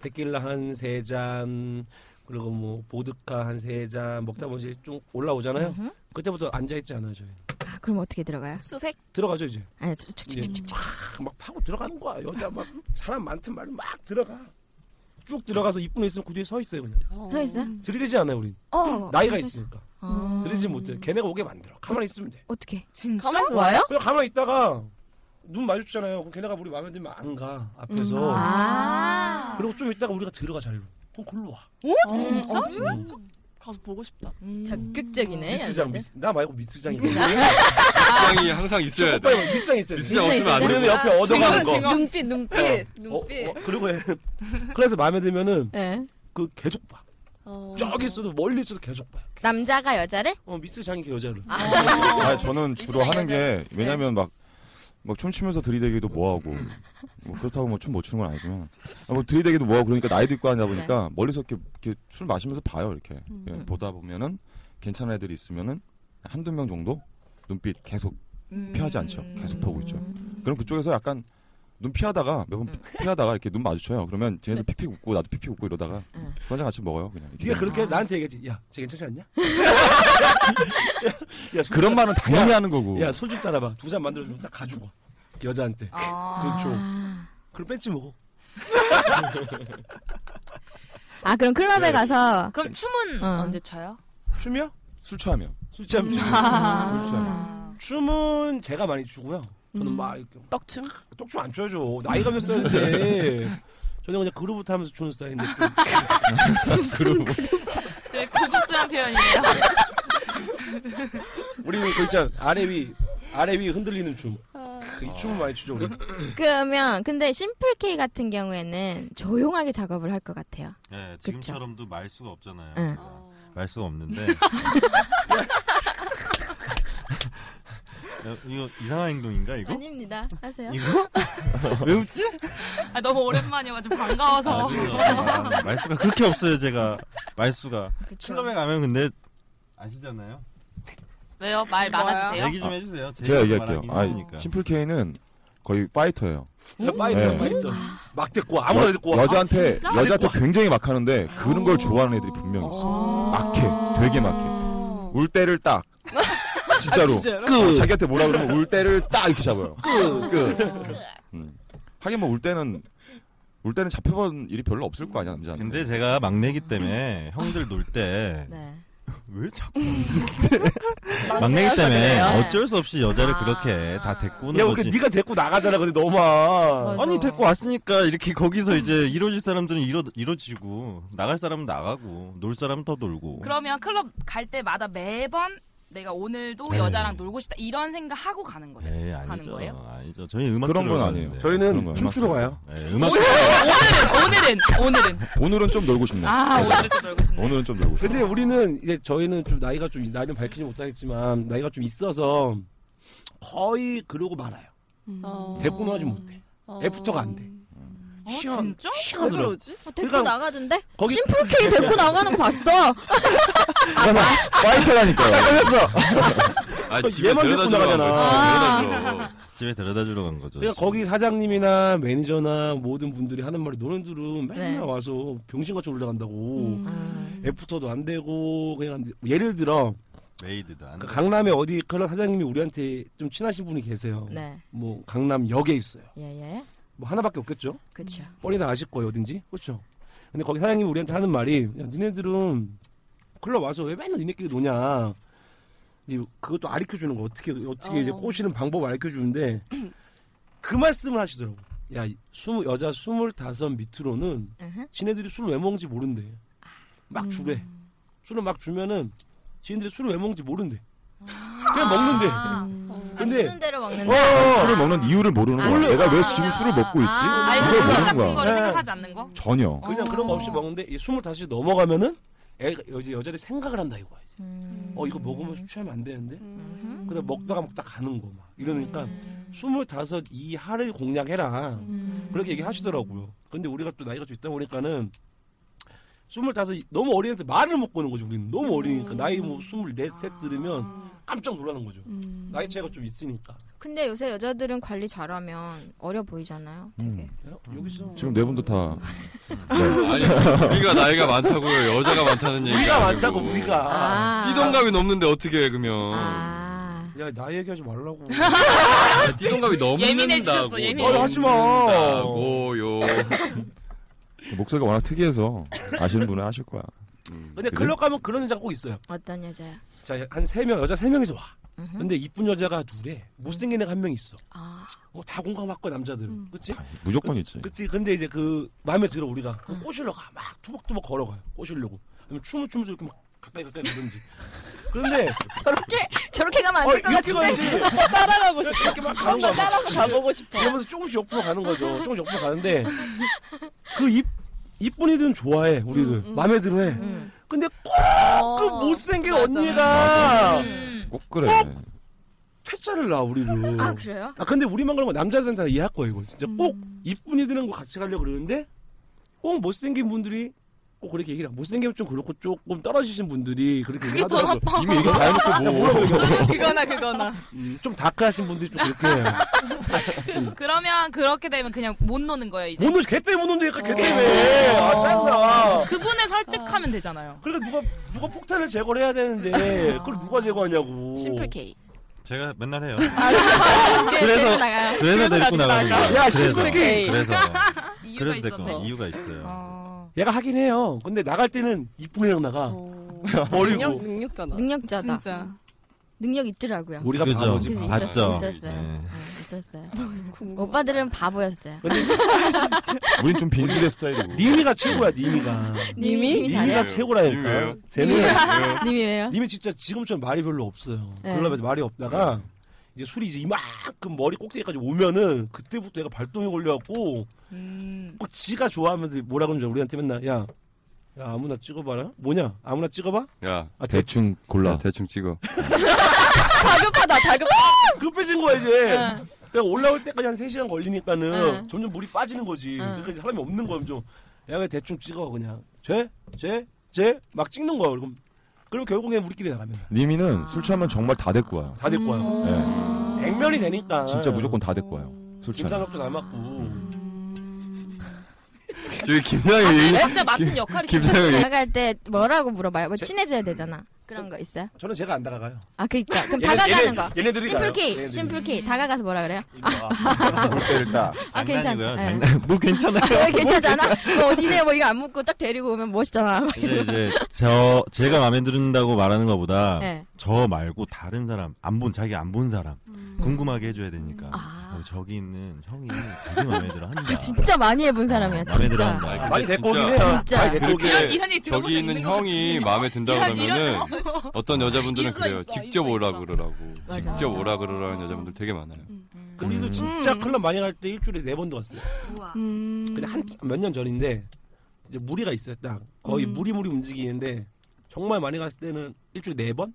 Speaker 9: 데킬라 한 세 잔, 그리고 뭐 보드카 한 세 잔 먹다 보면 이제 좀 올라오잖아요.
Speaker 2: 음흠.
Speaker 9: 그때부터 앉아 있지 않아요, 저희.
Speaker 2: 아, 그럼 어떻게 들어가요?
Speaker 3: 수색.
Speaker 9: 들어가죠 이제.
Speaker 2: 아니,
Speaker 9: 이제 촥, 막 파고 들어가는 거야. 여자 막 사람 많든 말든 막 들어가. 쭉 들어가서 이쁜 애 있으면 그 뒤에 서 있어요 그냥.
Speaker 2: 서 있어요?
Speaker 9: 들이대지 않아요 우린.
Speaker 2: 어.
Speaker 9: 나이가 있으니까.
Speaker 2: 아.
Speaker 1: 어.
Speaker 9: 들이지 못해. 걔네가 오게 만들어. 가만히 있으면 돼.
Speaker 2: 어떻게?
Speaker 3: 진짜?
Speaker 9: 그냥 가만히 있다가 눈 마주치잖아요. 그럼 걔네가 우리 마음에 들면 안 가. 앞에서.
Speaker 1: 음. 아.
Speaker 9: 그리고 좀 이따가 우리가 들어가 자리로. 그럼 글로 와. 음.
Speaker 1: 오
Speaker 9: 진짜?
Speaker 1: 어, 진짜? 음. 가서 보고 싶다.
Speaker 2: 적극적이네.
Speaker 9: 미스장 미스, 나 말고 미스장이
Speaker 4: 미스장이 항상 있어야 돼.
Speaker 9: 빨리 미스장 있어야 돼.
Speaker 4: 미스장 없으면 안 돼.
Speaker 9: 우리는 네, 옆에 얻어가는 거.
Speaker 13: 눈빛 눈빛
Speaker 9: 어,
Speaker 13: 눈빛.
Speaker 9: 어, 그리고 얘 그래서 마음에 들면은
Speaker 2: 예.
Speaker 9: 그 계속 봐. 저기 있어도 멀리 있어도 계속 봐.
Speaker 2: 남자가 여자를?
Speaker 9: 어 미스장이 그 여자를.
Speaker 6: 아 저는 주로 하는 게 왜냐면 막. 막 춤추면서 들이대기도 뭐하고 뭐 그렇다고 뭐 춤 못 추는 건 아니지만 아, 뭐 들이대기도 뭐하고 그러니까 나이도 있고 하다 보니까 멀리서 이렇게, 이렇게 술 마시면서 봐요 이렇게 예, 보다 보면은 괜찮은 애들이 있으면은 한두 명 정도 눈빛 계속 피하지 않죠 계속 보고 있죠 그럼 그쪽에서 약간 눈 피하다가 몇 번 피하다가 이렇게 눈 마주쳐요 그러면 음. 쟤네들 피피 웃고 나도 피피 웃고 이러다가 그 혼자 같이 먹어요 그냥
Speaker 9: 네가 그렇게 나한테 얘기하지. 야, 쟤 괜찮지 않냐? 야, 술
Speaker 6: 그런
Speaker 9: 따-
Speaker 6: 말은 당연히
Speaker 9: 야,
Speaker 6: 하는 거고.
Speaker 9: 야, 술 좀 따라봐. 두 잔 만들어 주고 딱 가지고. 와. 여자한테.
Speaker 6: 아.
Speaker 9: 그렇죠. 그럼 뺀지 먹어.
Speaker 2: 아 그럼 클럽에
Speaker 1: 음.
Speaker 9: 네.
Speaker 2: 가서
Speaker 1: 그럼 춤은
Speaker 2: 어.
Speaker 1: 언제 춰요?
Speaker 9: 춤이요?
Speaker 6: 술 취하면.
Speaker 9: 술 취하면.
Speaker 1: 아.
Speaker 9: 술 취하면. 춤은 제가 많이 추고요. 저는
Speaker 6: 음.
Speaker 9: 막 이렇게
Speaker 1: 떡춤?
Speaker 9: 똑좀 안 춰야죠. 나이가 몇 살인데. 저는 그냥 그루브 타면서 추는 스타일인데. 그루브.
Speaker 3: 네,
Speaker 1: 되게 고급스러운 표현이에요.
Speaker 9: 우리 그 있잖아. 아래 위, 아래 위 흔들리는 춤. 그이 춤을 많이 추죠, 우리.
Speaker 2: 그러면 근데 심플 K 같은 경우에는 조용하게 작업을 할 것 같아요.
Speaker 10: 예,
Speaker 2: 그쵸?
Speaker 10: 지금처럼도 말 수가 없잖아요. 그러니까
Speaker 2: 응.
Speaker 10: 말 수가 없는데. 야, 이거 이상한 행동인가 이거?
Speaker 2: 아닙니다. 하세요.
Speaker 10: 이거? 왜 웃지?
Speaker 3: 아, 너무 오랜만이어가지고 반가워서.
Speaker 10: 아, 그래서, 아, 말수가 그렇게 없어요 제가 말수가 클럽에 가면 근데 아시잖아요.
Speaker 1: 왜요? 말 많아지세요?
Speaker 10: 얘기 좀 해주세요.
Speaker 6: 제가
Speaker 10: 제가
Speaker 6: 얘기할게요.
Speaker 10: 말하기 힘드니까.
Speaker 6: 아, 심플 K는 거의 파이터예요.
Speaker 9: 그러니까 파이터야, 파이터. 막 데리고 와, 아무나
Speaker 6: 네. 여-
Speaker 9: 데리고 와. 아,
Speaker 6: 여자한테
Speaker 9: 진짜?
Speaker 6: 여자한테 굉장히 막하는데 그런 걸 좋아하는 애들이 분명히 있어.
Speaker 9: 아.
Speaker 6: 막해, 되게 막해. 울 때를 딱. 진짜로.
Speaker 9: 아, 진짜로?
Speaker 6: 어, 자기한테 뭐라 그러면 울 때를 딱 이렇게 잡아요.
Speaker 9: 그.
Speaker 6: 끝. 음. 하긴 뭐 울 때는 울 때는 잡혀본 일이 별로 없을 거 아니야 남자한테.
Speaker 10: 근데 제가 막내기 때문에 형들 놀 때
Speaker 1: 네.
Speaker 10: 왜 자꾸
Speaker 9: 음.
Speaker 10: 막내기 때문에 어쩔 수 없이 여자를 그렇게 다 데리고 오는
Speaker 9: 야, 그
Speaker 10: 거지.
Speaker 9: 네가 데리고 나가잖아. 근데 너만.
Speaker 10: 아니 데리고 왔으니까 이렇게 거기서 이제 이루어질 사람들은 이루 이루어지고 나갈 사람은 나가고 놀 사람은 더 놀고.
Speaker 3: 그러면 클럽 갈 때마다 매번 내가 오늘도
Speaker 10: 네.
Speaker 3: 여자랑 놀고 싶다 이런 생각 하고 가는 거죠.
Speaker 10: 에이
Speaker 3: 하는
Speaker 10: 네, 아니죠.
Speaker 3: 거예요?
Speaker 10: 아니죠. 저희 음악
Speaker 6: 그런 건
Speaker 10: 들으러
Speaker 6: 아니에요.
Speaker 10: 가는데.
Speaker 6: 저희는
Speaker 10: 그런 건
Speaker 6: 춤추러
Speaker 10: 음악
Speaker 6: 가요.
Speaker 10: 들으러. 예, 음악
Speaker 3: 오늘은 오늘은
Speaker 6: 오늘은 좀 놀고 싶네.
Speaker 3: 아, 오늘은 좀
Speaker 6: 놀고 싶네. 오늘은 좀 놀고 싶네.
Speaker 9: 근데 우리는 이제 저희는 좀 나이가 좀 나이는 밝히지 못하겠지만 나이가 좀 있어서 거의 그러고 말아요.
Speaker 1: 어.
Speaker 9: 데리고만 하지 못해. 애프터가 안 돼. 시원.
Speaker 2: 진짜?
Speaker 9: 시원. 왜 그러지?
Speaker 2: 아, 데리고
Speaker 9: 그러니까
Speaker 2: 나가던데?
Speaker 9: 거기-
Speaker 2: 심플 K 데리고 나가는 거 봤어.
Speaker 9: 아.
Speaker 6: 파이터라니까요.
Speaker 10: 아,
Speaker 9: 집에 얘만 데리고 데려다 주러 나가잖아. 간 거지. 데려다 줘.
Speaker 10: 집에 데려다 주러 간
Speaker 6: 예.
Speaker 10: 거죠.
Speaker 9: 그러니까 거기 사장님이나 매니저나 모든 분들이 하는 말이 너네들은 맨날
Speaker 10: 네.
Speaker 9: 와서 병신같이 올라간다고
Speaker 10: 아.
Speaker 9: 애프터도 안 되고 그냥 안 돼. 예를 들어
Speaker 10: 메이드도 안
Speaker 9: 그
Speaker 10: 돼.
Speaker 9: 강남에 어디 클럽 사장님이 우리한테 좀 친하신 분이 계세요.
Speaker 2: 네.
Speaker 9: 뭐 강남 역에 있어요.
Speaker 2: 예예.
Speaker 9: 뭐 하나밖에 없겠죠.
Speaker 2: 그렇죠.
Speaker 9: 뻔히나 아실 거예요, 어딘지. 그렇죠. 근데 거기 사장님이 우리한테 하는 말이 야, 니네들은 클럽 와서 왜 맨날 니네끼리 노냐. 이제 그것도 가르쳐 주는 거 어떻게 어떻게 이제 꼬시는 방법 을 가르쳐 주는데 그 말씀을 하시더라고. 야, 이 스무 여자 스물다섯 밑으로는 지네들이 술을 왜 먹는지 모른대.
Speaker 2: 음.
Speaker 9: 막 주래. 술을 막 주면은 지네들이 술을 왜 먹는지 모른대. 그냥 먹는데. 근데
Speaker 2: 아. 주는 대로 먹는다.
Speaker 6: 어, 술을 먹는 이유를 모르는 거야.
Speaker 9: 몰라.
Speaker 6: 내가 왜 지금 술을 먹고 있지?
Speaker 9: 아,
Speaker 6: 이걸 모르는
Speaker 9: 알코올 같은
Speaker 6: 거야. 네.
Speaker 9: 거를
Speaker 3: 생각하지 않는 거? 어.
Speaker 6: 전혀.
Speaker 9: 그냥 그런 거 없이 먹는데 이 25시 넘어가면은 애가 여자 여자들이 생각을 한다 이거야. 이제.
Speaker 3: 음.
Speaker 9: 어 이거 먹으면 술 취하면 안 되는데. 근데 먹다가 먹다 가는 거 막. 이러니까
Speaker 3: 음.
Speaker 9: 25 이하를 공략해라.
Speaker 1: 음.
Speaker 9: 그렇게 얘기하시더라고요. 근데 우리가 또 나이가 좀 있다 보니까는 25 너무 어린애한테 말을 못 거는 거죠. 우리는 너무 어리니까 나이 뭐
Speaker 3: 음.
Speaker 9: 24, 셋
Speaker 3: 아.
Speaker 9: 들으면 깜짝 놀라는 거죠. 나이 차이가 좀 있으니까.
Speaker 2: 근데 요새 여자들은 관리 잘하면 어려 보이잖아요.
Speaker 6: 음.
Speaker 9: 여기서
Speaker 6: 지금 네 분도 다.
Speaker 4: 아니, 우리가 나이가 많다고요. 여자가 많다는 얘기.
Speaker 9: 우리가 많다고, 우리가.
Speaker 4: 띠동갑이 넘는데 어떻게 그러면?
Speaker 9: 야, 나 얘기하지 말라고.
Speaker 4: 야, 띠동갑이 넘는다고.
Speaker 9: 예민해지셨어, 예민해.
Speaker 4: 넘는다고요.
Speaker 9: 어, 하지 마.
Speaker 6: 목소리가 워낙 특이해서 아시는 분은 아실 거야.
Speaker 9: 음. 근데
Speaker 6: 그지?
Speaker 9: 클럽 가면 그런 여자가 꼭 있어요.
Speaker 2: 어떤 여자야?
Speaker 9: 자, 한 세 명 여자 세명이서 와. 근데 이쁜 여자가 둘에 못생긴 애가 한 명 있어.
Speaker 4: 아.
Speaker 9: 뭐 다 공감받고 남자들은
Speaker 4: 음.
Speaker 9: 그치?
Speaker 6: 무조건 있지.
Speaker 9: 그치? 근데 이제 그 마음에 들어 우리가 그럼 꼬시러 가. 막 투벅투벅 걸어가요. 꼬시려고. 아니면 춤을 추면서 이렇게 막 가까이 가까이 가든지. 그런데
Speaker 2: 저렇게 저렇게 가면
Speaker 9: 어,
Speaker 2: 안될것
Speaker 9: 이렇게
Speaker 2: 같은데.
Speaker 9: 가야지.
Speaker 13: 따라가고
Speaker 9: 싶어. 이렇게 막 가는 거야. 이러면서 조금씩 옆으로 가는 거죠. 조금씩 옆으로 가는데 그 입, 이쁜 애들은 좋아해. 우리들. 마음에 들어 해. 근데 꼭 그 못생긴 언니가 음.
Speaker 6: 꼭 그래.
Speaker 9: 퇴짜를 놔 우리를.
Speaker 2: 아, 그래요?
Speaker 9: 아 근데 우리만 그런 거 남자들은 다 이해할 거예요 이거 진짜 꼭 이쁜이 되는 거 같이 가려고 그러는데 꼭 못생긴 분들이 꼭 그렇게 얘기를 안- 못생기면 좀 그렇고 조금 떨어지신 분들이 그렇게
Speaker 13: 그게 더
Speaker 9: 얘기하더라고요
Speaker 13: 나빠. 이미 얘기 다 해놓고 뭐.
Speaker 9: 그거나 그거나 음, 좀 다크하신 분들이 좀 그렇게
Speaker 1: 그러면 그렇게 되면 그냥 못 노는 거예요 이제.
Speaker 9: 못 놀지 걔 때문에 못 논다니까 걔 때문에 아 짜증나
Speaker 1: 그분을 설득하면 되잖아요.
Speaker 9: 그러니까 누가 누가 폭탄을 제거를 해야 되는데 그걸 누가 제거하냐고
Speaker 1: 심플케이.
Speaker 10: 제가 맨날 해요.
Speaker 1: 데리고
Speaker 10: 그래서
Speaker 1: 나가요.
Speaker 10: 그래서 데리고
Speaker 1: 데리고 나가요.
Speaker 10: 나가는 거예요.
Speaker 1: 야,
Speaker 10: 그래서
Speaker 9: 네.
Speaker 1: 심플케이.
Speaker 10: 그래서
Speaker 1: 이유가
Speaker 10: 그래서 데리고
Speaker 1: 있었네.
Speaker 10: 나가요. 이유가 있어요.
Speaker 9: 얘가 하긴 해요 근데 나갈 때는 이쁜 애랑 나가
Speaker 1: 어.
Speaker 9: 버리고
Speaker 13: 능력자다.
Speaker 2: 능력자다. 능력 있더라고요.
Speaker 9: 우리가
Speaker 10: 그죠.
Speaker 9: 바보지,
Speaker 2: 그죠,
Speaker 9: 바보.
Speaker 2: 아, 있었어요.
Speaker 10: 맞죠.
Speaker 2: 있었어요. 네, 있었어요. 오빠들은 바보였어요.
Speaker 6: 우린 좀 빈수대 스타일이고.
Speaker 9: 니미가 최고야 니미가
Speaker 2: 님이? 님이 잘해요?
Speaker 9: 님이가 최고라니까
Speaker 2: 님이에요?
Speaker 9: 쟤는
Speaker 2: 님이에요? 님이에요?
Speaker 9: 님이 진짜 지금처럼 말이 별로 없어요
Speaker 2: 네.
Speaker 9: 그러려면 말이 없다가 이제 술이 이제 이만큼 머리 꼭대기까지 오면은 그때부터 얘가 발동이 걸려갖고
Speaker 2: 음.
Speaker 9: 꼭 지가 좋아하면서 뭐라 그러는지 알아. 우리한테 맨날 야, 야 아무나 찍어봐라 뭐냐 아무나 찍어봐
Speaker 4: 야,
Speaker 9: 아,
Speaker 6: 대충 골라.
Speaker 4: 대충 찍어.
Speaker 9: 다급하다 다급 급해진 거야 이제
Speaker 4: 응.
Speaker 9: 그냥 올라올 때까지 한 3시간 걸리니까는
Speaker 4: 응.
Speaker 9: 점점 물이 빠지는 거지 그러니까 이제 사람이 없는 거야 좀야왜 대충 찍어 그냥 쟤쟤쟤막 찍는 거야 그럼 그럼 결국엔 우리끼리 나가면
Speaker 6: 니미는 술 취하면 정말 다 데리고 와요.
Speaker 9: 다 데리고 와요.
Speaker 6: 예.
Speaker 9: 액면이 네. 되니까
Speaker 6: 진짜 무조건 다 데리고 와요. 술 취하면.
Speaker 9: 김상혁도 닮았고
Speaker 6: 저기
Speaker 13: 아,
Speaker 2: 아,
Speaker 6: 김상혁
Speaker 2: 김 나갈 때 뭐라고 물어봐요? 뭐 친해져야 되잖아. 그런 거 있어요?
Speaker 9: 저는 제가 안 다가가요
Speaker 2: 아 그니까 그럼
Speaker 9: 얘네-
Speaker 2: 다가가는
Speaker 9: 얘네-
Speaker 2: 거.
Speaker 9: 얘네들이 가요.
Speaker 2: 심플 K,
Speaker 9: 얘네들이. 음.
Speaker 2: 심플 K. 다가가서 뭐라 그래요?
Speaker 9: 아.
Speaker 6: 일단
Speaker 2: 아, 괜찮아. 예.
Speaker 11: 네.
Speaker 6: 뭐 괜찮아요.
Speaker 2: 왜 괜찮잖아. 뭐 어디세요? 뭐 이거 안 묻고 딱 데리고 오면 멋있잖아. 막
Speaker 10: 이제 이제 저 제가 마음에 드는다고 말하는 것보다
Speaker 2: 네.
Speaker 10: 저 말고 다른 사람 안 본 자기 안 본 사람 궁금하게 해줘야 되니까 어, 저기 있는 형이 되게 마음에 들어 한다.
Speaker 9: 예.
Speaker 2: 아, 진짜 많이 해본
Speaker 9: 아,
Speaker 2: 사람이야.
Speaker 10: 마음에 들어
Speaker 2: 진짜.
Speaker 10: 한다.
Speaker 9: 많이 데리고 오긴 해요.
Speaker 2: 진짜. 많이 데리고
Speaker 4: 그렇게
Speaker 2: 오긴 해요. 이런- 이런 얘기 들어본
Speaker 4: 저기
Speaker 2: 적
Speaker 4: 있는
Speaker 2: 있는 것
Speaker 4: 형이
Speaker 2: 같습니다.
Speaker 4: 마음에 든다
Speaker 2: 이런-
Speaker 4: 그러면은
Speaker 2: 이런-
Speaker 4: 어떤 여자분들은 그래요.
Speaker 2: 있어,
Speaker 4: 직접 오라 그러라고.
Speaker 2: 맞아,
Speaker 4: 직접
Speaker 2: 맞아.
Speaker 4: 오라 그러라는 여자분들 되게 많아요.
Speaker 9: 우리도 진짜 클럽 많이 갈 때 일주일에 네 번도 갔어요. 근데 한
Speaker 2: 음.
Speaker 9: 몇 년 전인데 이제 무리가 있어요. 딱 거의
Speaker 4: 음.
Speaker 9: 무리무리 움직이는데 정말 많이 갔을 때는 일주일에 네 번,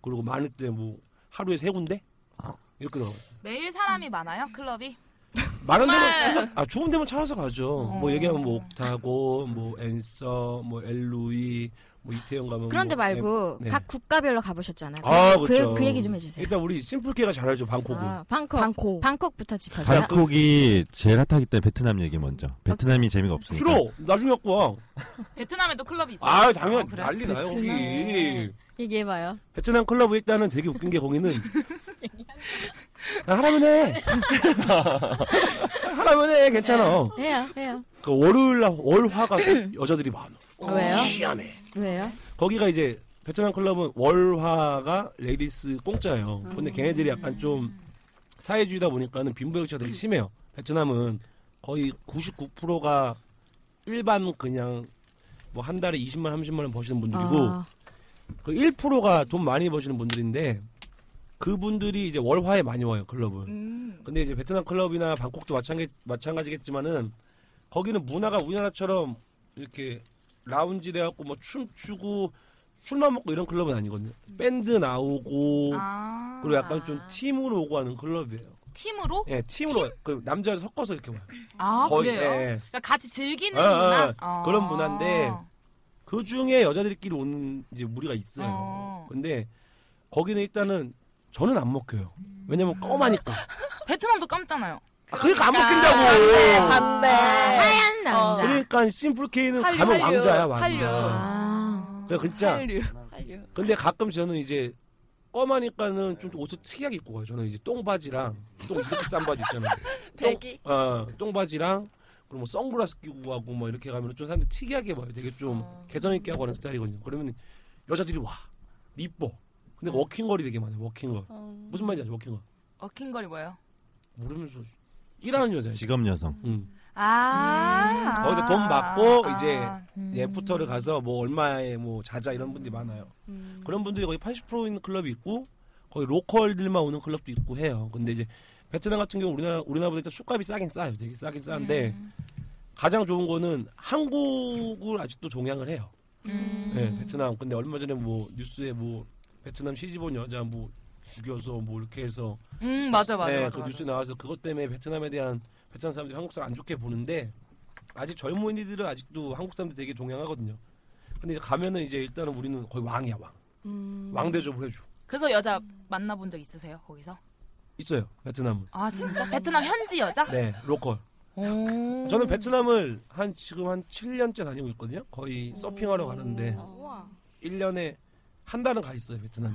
Speaker 9: 그리고 많을 때 뭐 하루에 세 군데 이렇게 나갔어요.
Speaker 1: 매일 사람이 많아요 클럽이?
Speaker 9: 많은
Speaker 1: 정말.
Speaker 9: 데는 아 좋은 데만 찾아서 가죠.
Speaker 2: 어.
Speaker 9: 뭐 얘기하면 뭐 옥타고, 뭐 앤서, 뭐 엘루이, 뭐 이태원 가면
Speaker 2: 그런데
Speaker 9: 뭐
Speaker 2: 말고
Speaker 9: 네.
Speaker 2: 각 국가별로 가보셨잖아요.
Speaker 9: 아,
Speaker 2: 그,
Speaker 9: 그렇죠.
Speaker 2: 그 얘기 좀 해주세요.
Speaker 9: 일단 우리 심플케가 잘하죠 방콕은.
Speaker 2: 아, 방콕. 방콕. 방콕부터 짚어줘요.
Speaker 10: 방콕이 제일 핫하기 때문에 베트남 얘기 먼저. 베트남이 재미가 없으니까.
Speaker 9: 싫어. 나중에 갖고 와.
Speaker 1: 베트남에도 클럽이 있어요.
Speaker 9: 아 당연 히
Speaker 1: 그래?
Speaker 9: 난리 나요 거기.
Speaker 2: 얘기해봐요.
Speaker 9: 베트남 클럽 일단은 되게 웃긴 게 거기는 아, 하라면 해 하라면 해 괜찮아
Speaker 2: 해요, 해요.
Speaker 9: 그 월요일 날 월화가 여자들이 많아
Speaker 2: 왜요?
Speaker 9: 희한해
Speaker 2: 왜요?
Speaker 9: 거기가 이제 베트남 클럽은 월화가 레이디스 공짜예요 근데 걔네들이 약간 좀 사회주의다 보니까는 빈부격차가 되게 심해요 베트남은 거의 99%가 일반 그냥 뭐 한 달에 20만 30만 원 버시는 분들이고
Speaker 2: 아.
Speaker 9: 그 1%가 돈 많이 버시는 분들인데 그분들이 이제 월화에 많이 와요 클럽은. 근데 이제 베트남 클럽이나 방콕도 마찬가지, 마찬가지겠지만은 거기는 문화가 우리나라처럼 이렇게 라운지 돼갖고 뭐 춤추고 술만 먹고 이런 클럽은 아니거든요. 밴드 나오고
Speaker 1: 아.
Speaker 9: 그리고 약간 좀 팀으로 오고 하는 클럽이에요.
Speaker 1: 팀으로?
Speaker 9: 예, 팀으로 와요. 그 남자 섞어서 이렇게 와요.
Speaker 1: 아
Speaker 9: 거의,
Speaker 1: 그래요?
Speaker 9: 예.
Speaker 1: 그러니까 같이 즐기는
Speaker 9: 어, 어,
Speaker 1: 문화. 아.
Speaker 9: 어, 그런 문화인데 그 중에 여자들끼리 오는 이제 무리가 있어요. 근데 거기는 일단은 저는 안 먹혀요.
Speaker 1: 음.
Speaker 9: 왜냐면 껌하니까.
Speaker 1: 베트남도 깜잖아요. 아.
Speaker 9: 아, 그러니까 안 먹힌다고.
Speaker 1: 반대.
Speaker 2: 하얀 남자.
Speaker 9: 그러니까 심플 K는
Speaker 2: 어. 한류,
Speaker 9: 가면
Speaker 2: 한류,
Speaker 9: 왕자야 왕자.
Speaker 2: 한류.
Speaker 1: 아.
Speaker 9: 그래 진짜. 근데 가끔 저는 이제 껌하니까는 좀 옷을 특이하게 입고 가요. 저는 이제 똥바지랑 똥 이렇게 싼 바지 있잖아요.
Speaker 13: 배기?
Speaker 9: 똥, 어, 똥바지랑 그리고 뭐 선글라스 끼고 가고 뭐 이렇게 가면 좀 사람들이
Speaker 2: 어.
Speaker 9: 특이하게 봐요. 되게 좀 개성 있게 하고 하는 스타일이거든요. 그러면 여자들이 와 이뻐. 근데
Speaker 2: 어.
Speaker 9: 워킹걸이 되게 많아요. 워킹걸. 무슨 말인지 알죠? 워킹걸.
Speaker 1: 어킹걸이 뭐예요?
Speaker 9: 모르면서 일하는 여자.
Speaker 10: 직업 여성.
Speaker 1: 아. 음.
Speaker 9: 거기서 돈 받고 이제 애프터를 가서 뭐 얼마에 뭐 자자 이런 분들이 많아요.
Speaker 1: 음.
Speaker 9: 그런 분들이 거의 80% 있는 클럽이 있고 거의 로컬들만 오는 클럽도 있고 해요. 근데 이제 베트남 같은 경우 우리나라 우리나라보다 일단 술값이 싸긴 싸요. 되게 싸긴 싸는데
Speaker 1: 음.
Speaker 9: 가장 좋은 거는 한국을 아직도 동향을 해요.
Speaker 1: 음.
Speaker 9: 네, 베트남. 근데 얼마 전에 뭐 뉴스에 뭐 베트남 시집 온 여자 뭐 죽여서 뭐 이렇게 해서
Speaker 1: 음, 맞아, 맞아,
Speaker 9: 네,
Speaker 1: 맞아,
Speaker 9: 그
Speaker 1: 맞아.
Speaker 9: 뉴스 나와서 그것 때문에 베트남에 대한 베트남 사람들이 한국 사람 안 좋게 보는데 아직 젊은이들은 아직도 한국 사람들 되게 동향하거든요. 근데 이제 가면은 이제 일단은 우리는 거의 왕이야 왕. 왕 대접을 해줘.
Speaker 1: 그래서 여자 만나본 적 있으세요? 거기서?
Speaker 9: 있어요 베트남은.
Speaker 1: 아 진짜? 베트남 현지 여자?
Speaker 9: 네 로컬.
Speaker 3: 음.
Speaker 9: 저는 베트남을 한 지금 한 7년째 다니고 있거든요. 거의 서핑하러 가는데 1년에 한 달은 가 있어요 베트남에.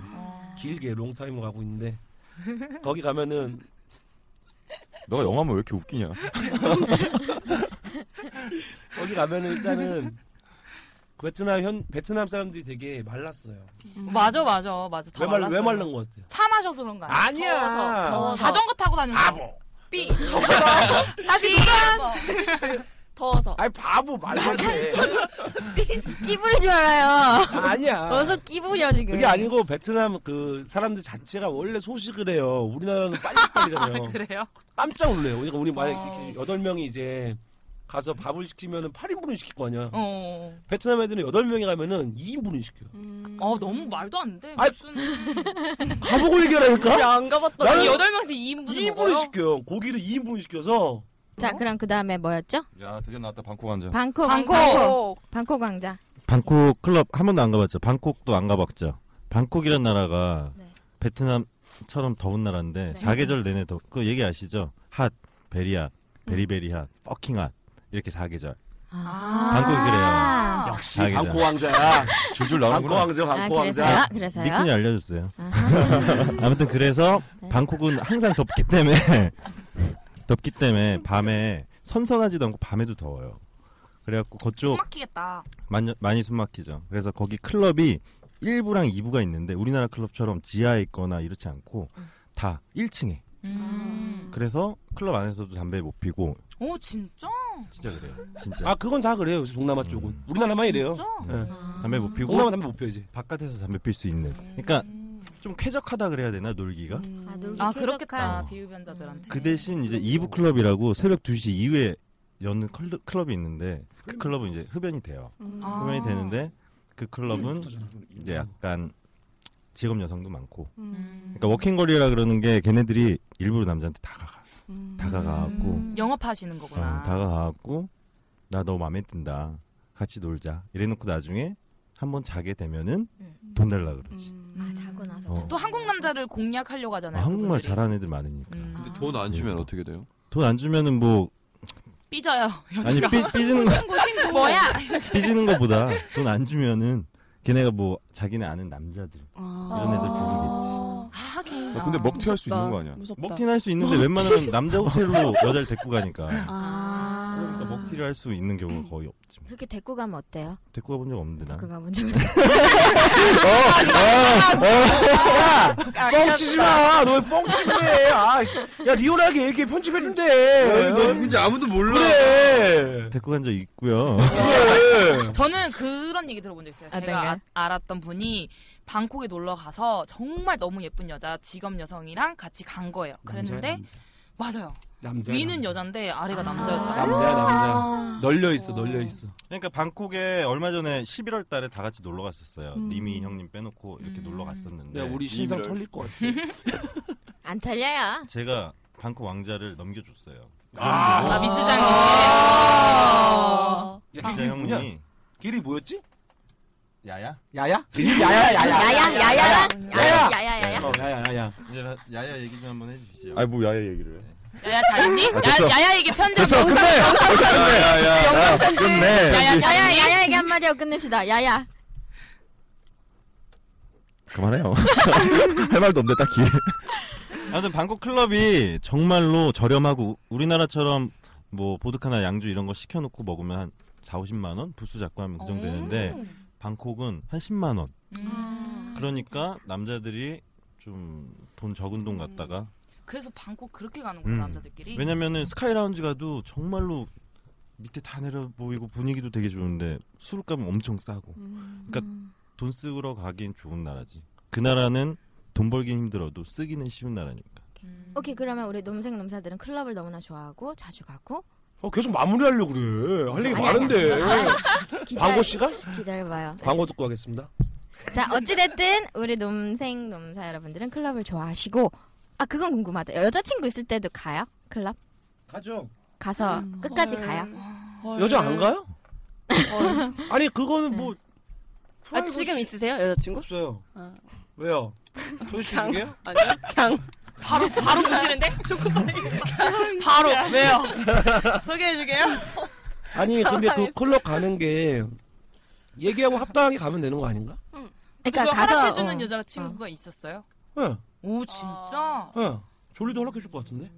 Speaker 9: 길게 롱타임을 가고 있는데 거기 가면은
Speaker 6: 너가 영화면 뭐 왜 이렇게 웃기냐?
Speaker 9: 거기 가면은 일단은 그 베트남 현 베트남 사람들이 되게 말랐어요.
Speaker 1: 음. 맞아 맞아 맞아 다
Speaker 9: 왜, 말, 왜
Speaker 1: 말랐어요.
Speaker 9: 말른 것 같아요?
Speaker 1: 차 마셔서 그런 거 아니야?
Speaker 9: 아니야.
Speaker 1: 더워서,
Speaker 9: 더워서.
Speaker 1: 자전거 타고 다니는 거.
Speaker 9: 바보.
Speaker 1: 삐. 다시 도전. 더워서.
Speaker 9: 아, 뭐. 아니 바보 말도 돼.
Speaker 2: 끼부릴 줄 알아요.
Speaker 9: 아니야.
Speaker 2: 어서 끼부려 지금.
Speaker 9: 그게 아니고 베트남 그 사람들 자체가 원래 소식을 해요. 우리나라는 빨리빨리잖아요.
Speaker 1: 그래요?
Speaker 9: 깜짝 놀래요. 그러니까 우리 만약 여덟 명이 이제 가서 밥을 시키면은 8인분을 시킬 거 아니야.
Speaker 1: 어.
Speaker 9: 베트남 애들은 여덟 명이 가면은 2인분을 시켜요.
Speaker 1: 어 너무 말도 안 돼.
Speaker 9: 아이,
Speaker 1: 무슨
Speaker 9: 가보고 얘기하라니까?
Speaker 1: 우리 안 가봤더니
Speaker 9: 나는
Speaker 1: 여덟 명에서 2인분
Speaker 9: 2인분을 시켜요. 고기를 2인분을 시켜서
Speaker 2: 자 그럼 그 다음에 뭐였죠?
Speaker 8: 야 드디어 나왔다 방콕 앉아.
Speaker 2: 방콕
Speaker 1: 방콕.
Speaker 2: 방콕 방콕 왕자.
Speaker 10: 방콕 클럽 한 번도 안 가봤죠. 방콕도 안 가봤죠. 방콕이란 나라가 베트남처럼 더운 나라인데 사계절 내내 덥그 얘기 아시죠? 핫, 베리아, 베리베리 핫, 퍼킹 핫 이렇게 사계절.
Speaker 9: 아.
Speaker 10: 방콕이 그래요.
Speaker 9: 역시 방콕 왕자야.
Speaker 10: 줄줄 나오는구나.
Speaker 9: 방콕 왕자, 방콕 아, 그래서요? 왕자. 그래서요?
Speaker 10: 니쿤이 알려줬어요.
Speaker 9: 아하. 네.
Speaker 10: 아무튼 그래서 방콕은 항상 덥기 때문에 덥기 때문에 밤에 선선하지도 않고 밤에도 더워요. 그래갖고 그쪽
Speaker 1: 막히겠다.
Speaker 10: 많이, 많이 숨막히죠. 그래서 거기 클럽이 1부랑 2부가 있는데 우리나라 클럽처럼 지하에 있거나 이렇지 않고 다 1층에. 그래서 클럽 안에서도 담배 못 피고
Speaker 1: 음. 오 진짜?
Speaker 10: 진짜 그래요. 진짜. 음.
Speaker 9: 아 그건 다 그래요. 동남아 쪽은 우리나라만 이래요.
Speaker 10: 네.
Speaker 1: 아.
Speaker 10: 담배 못 피고
Speaker 9: 동남아 담배 못 피우지.
Speaker 10: 바깥에서 담배 필 수 있는. 그러니까
Speaker 1: 음.
Speaker 10: 좀 쾌적하다 그래야 되나 놀기가?
Speaker 2: 음.
Speaker 1: 아 그렇겠다 비흡연자들한테.
Speaker 10: 그 대신 이제 2부 클럽이라고 새벽 2시 이후에 여는 클럽, 클럽이 있는데 그 클럽은 이제 흡연이 돼요.
Speaker 1: 음.
Speaker 10: 흡연이
Speaker 1: 아.
Speaker 10: 되는데 그 클럽은 이제 약간 직업 여성도 많고.
Speaker 1: 음.
Speaker 10: 그러니까 워킹걸이라 그러는 게 걔네들이 일부러 남자한테 다가가. 다가가고
Speaker 1: 음.
Speaker 10: 어,
Speaker 1: 영업하시는 거구나.
Speaker 10: 다가가고 나 너 마음에 든다. 같이 놀자. 이래놓고 나중에 한번 자게 되면은
Speaker 1: 네.
Speaker 10: 돈 달라 그러지.
Speaker 2: 아 자고 나서.
Speaker 10: 어.
Speaker 1: 또 한국 남자를 공략하려고 하잖아요.
Speaker 10: 아, 한국말
Speaker 1: 그분들이.
Speaker 10: 잘하는 애들 많으니까.
Speaker 2: 아.
Speaker 4: 근데 돈 안 주면 어떻게 돼요?
Speaker 10: 돈 안 주면은 뭐
Speaker 1: 삐져요. 여자가.
Speaker 10: 아니, 삐- 삐지는 거-
Speaker 1: 신고 신고. 뭐야?
Speaker 10: 삐지는 것보다 돈 안 주면은 걔네가 뭐 자기네 아는 남자들 이런 애들 부르겠지.
Speaker 1: 하긴.
Speaker 10: 야, 근데
Speaker 1: 아,
Speaker 10: 먹튀 할수
Speaker 1: 무섭다.
Speaker 10: 있는 거 아니야?
Speaker 1: 무섭다.
Speaker 10: 먹튀는 할 수 있는데
Speaker 1: 먹튀. 아.
Speaker 10: 웬만하면 남자 호텔로 여자를 데리고 가니까. 그러니까 먹튀를 할 수 있는 경우가 거의 없.
Speaker 2: 그렇게 데리고 가면 어때요?
Speaker 10: 데리고 가본 적 없는데 나.
Speaker 2: 데리고 가본 적은
Speaker 9: 어, 야,
Speaker 2: 아,
Speaker 9: 뻥치지 마. 너왜 뻥치해? 아, 야 리얼하게 얘기해 편집해준대. 너 누군지 아무도 몰라. 그래.
Speaker 10: 데리고 간 적 있고요. 예.
Speaker 1: 저는 그런 얘기 들어본 적 있어요.
Speaker 2: 어떤
Speaker 1: 제가
Speaker 2: 거요?
Speaker 1: 아- 알았던 분이 방콕에 놀러 가서 정말 너무 예쁜 여자 직업 여성이랑 같이 간 거예요. 그랬는데 맞아요.
Speaker 9: 남자.
Speaker 1: 위는 여잔데 아래가 남자였다.
Speaker 9: 남자야 남자. 널려 있어 널려 있어.
Speaker 10: 그러니까 방콕에 얼마 전에 11월 달에 다 같이 놀러 갔었어요.
Speaker 1: 음.
Speaker 10: 님이 형님 빼놓고 이렇게 놀러 갔었는데.
Speaker 9: 야, 우리 신상 털릴 것
Speaker 2: 안 털려요.
Speaker 10: 제가 방콕 왕자를 넘겨줬어요. 아.
Speaker 9: 아,
Speaker 10: 그런데
Speaker 9: 아, 미스 장님.
Speaker 2: 아.
Speaker 9: 야,
Speaker 10: 미스
Speaker 9: 이게 뭐냐?
Speaker 10: 형님이
Speaker 9: 길이 뭐였지?
Speaker 10: 야야?
Speaker 9: 야야? 야야 야야.
Speaker 2: 야야, 야야야? 야야, 야야, 야야.
Speaker 9: 어, 야야 야야.
Speaker 10: 이제 라- 야야 얘기 좀 한번 해주시죠.
Speaker 6: 아니 뭐 야야 얘기를 해.
Speaker 1: 야야 잘했니?
Speaker 6: 아, 됐어.
Speaker 1: 야, 야야에게 편지
Speaker 6: 됐어,
Speaker 1: 영상-
Speaker 6: 끝내!
Speaker 1: 영상
Speaker 6: 끝내!
Speaker 1: 편지.
Speaker 6: 야, 야, 야.
Speaker 1: 영상
Speaker 6: 야,
Speaker 1: 편지.
Speaker 6: 끝내.
Speaker 1: 야야
Speaker 2: 야야
Speaker 1: 잘했니?
Speaker 2: 야야에게 한마디 하고 끝냅시다. 야야.
Speaker 6: 그만해요. 할 말도 없네 딱히.
Speaker 10: 아무튼 방콕 클럽이 정말로 저렴하고 우- 우리나라처럼 뭐 보드카나 양주 이런 거 시켜놓고 먹으면 한 4, 50만 원 부스 잡고 하면 그 정도 되는데 방콕은 한 10만 원. 그러니까 남자들이 좀 돈 적은 돈 갖다가
Speaker 1: 그래서 방콕 그렇게 가는구나
Speaker 10: 음.
Speaker 1: 남자들끼리.
Speaker 10: 왜냐면은 스카이 라운지 가도 정말로 밑에 다 내려 보이고 분위기도 되게 좋은데 술값은 엄청 싸고.
Speaker 1: 음.
Speaker 10: 그러니까 돈 쓰러 가긴 좋은 나라지. 그 나라는 돈 벌긴 힘들어도 쓰기는 쉬운 나라니까.
Speaker 2: 오케이 그러면 우리 놈생 놈사들은 클럽을 너무나 좋아하고 자주 가고
Speaker 9: 어, 계속 마무리하려고 그래. 할 얘기
Speaker 2: 아니,
Speaker 9: 많은데.
Speaker 2: 아니,
Speaker 9: 광고 시간?
Speaker 2: 기다려봐요.
Speaker 9: 광고 듣고 하겠습니다.
Speaker 2: 자 어찌됐든 우리 놈생 놈사 여러분들은 클럽을 좋아하시고 아 그건 궁금하다. 여자친구 있을 때도 가요? 클럽?
Speaker 9: 가죠.
Speaker 2: 가서
Speaker 1: 음.
Speaker 2: 끝까지
Speaker 9: 헐.
Speaker 2: 가요?
Speaker 9: 여자 안 가요?
Speaker 13: 어.
Speaker 9: 아니 그거는 뭐
Speaker 13: 아 지금 있으세요 여자친구?
Speaker 9: 없어요. 왜요? 소식이에요?
Speaker 13: 아니요. 강.
Speaker 1: 바로 바로 보시는데?
Speaker 13: 바로
Speaker 1: 왜요?
Speaker 13: 소개해주게요.
Speaker 9: 아니 근데 그 클럽 가는 게 얘기하고 합당하게 가면 되는 거 아닌가?
Speaker 2: 그러니까
Speaker 1: 그거
Speaker 2: 가서-
Speaker 1: 허락해주는
Speaker 2: 어.
Speaker 1: 여자 친구가 있었어요?
Speaker 9: 예.
Speaker 1: 오 진짜?
Speaker 9: 예. 졸리도 허락해 줄 것 같은데.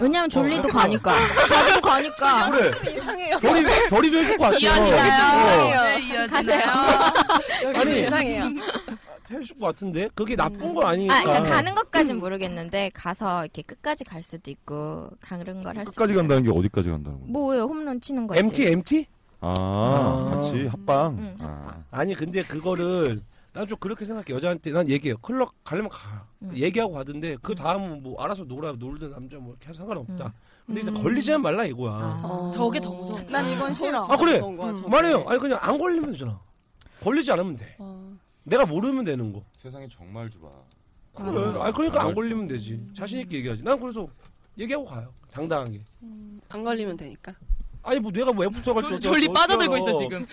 Speaker 2: 왜냐면 졸리도
Speaker 9: 어.
Speaker 2: 네. 가니까. 자주 가니까.
Speaker 9: 그래. 뭐
Speaker 13: 이상해요.
Speaker 9: 별이 별이 해줄 것 같아요. 어. 네,
Speaker 2: 네,
Speaker 13: 네,
Speaker 9: 아니.
Speaker 13: 이상해요.
Speaker 9: 해줄 것 같은데 그게 나쁜
Speaker 13: 음.
Speaker 9: 건 아니니까.
Speaker 2: 아, 그러니까 가는 것까진 모르겠는데 가서 이렇게 끝까지 갈 수도 있고 가는 걸 할 수도
Speaker 6: 끝까지 간다는 게 어디까지 간다는 거야?
Speaker 2: 뭐예요? 홈런 치는 거지.
Speaker 9: MT MT?
Speaker 6: 아,
Speaker 9: 아.
Speaker 6: 같이 합방.
Speaker 1: 음.
Speaker 2: 응,
Speaker 6: 아.
Speaker 9: 아니 근데 그거를 난 좀 그렇게 생각해 여자한테 난 얘기해요 클럽 가려면 가
Speaker 6: 음.
Speaker 9: 얘기하고 가던데 그 다음은 뭐 알아서 놀아 놀든 남자 뭐 이렇게 상관없다 근데 이제
Speaker 13: 음.
Speaker 9: 걸리지 말라 이거야 아,
Speaker 1: 저게 더 무서워.
Speaker 13: 난 이건 싫어.
Speaker 9: 그래
Speaker 13: 무서운 거야,
Speaker 9: 음.
Speaker 13: 저게.
Speaker 9: 말해요 아니 그냥 안 걸리면 되잖아 걸리지 않으면 돼
Speaker 13: 어.
Speaker 9: 내가 모르면 되는 거
Speaker 6: 세상이 정말 좁아.
Speaker 1: 뭐.
Speaker 9: 그래 아 그러니까 안 걸리면 되지 자신 있게 얘기하지 난 그래서 얘기하고 가요 당당하게
Speaker 13: 안 걸리면 되니까.
Speaker 9: 아니 뭐 내가 뭐 애프터 갈줄
Speaker 13: 졸리 빠져들고 있어, 지금.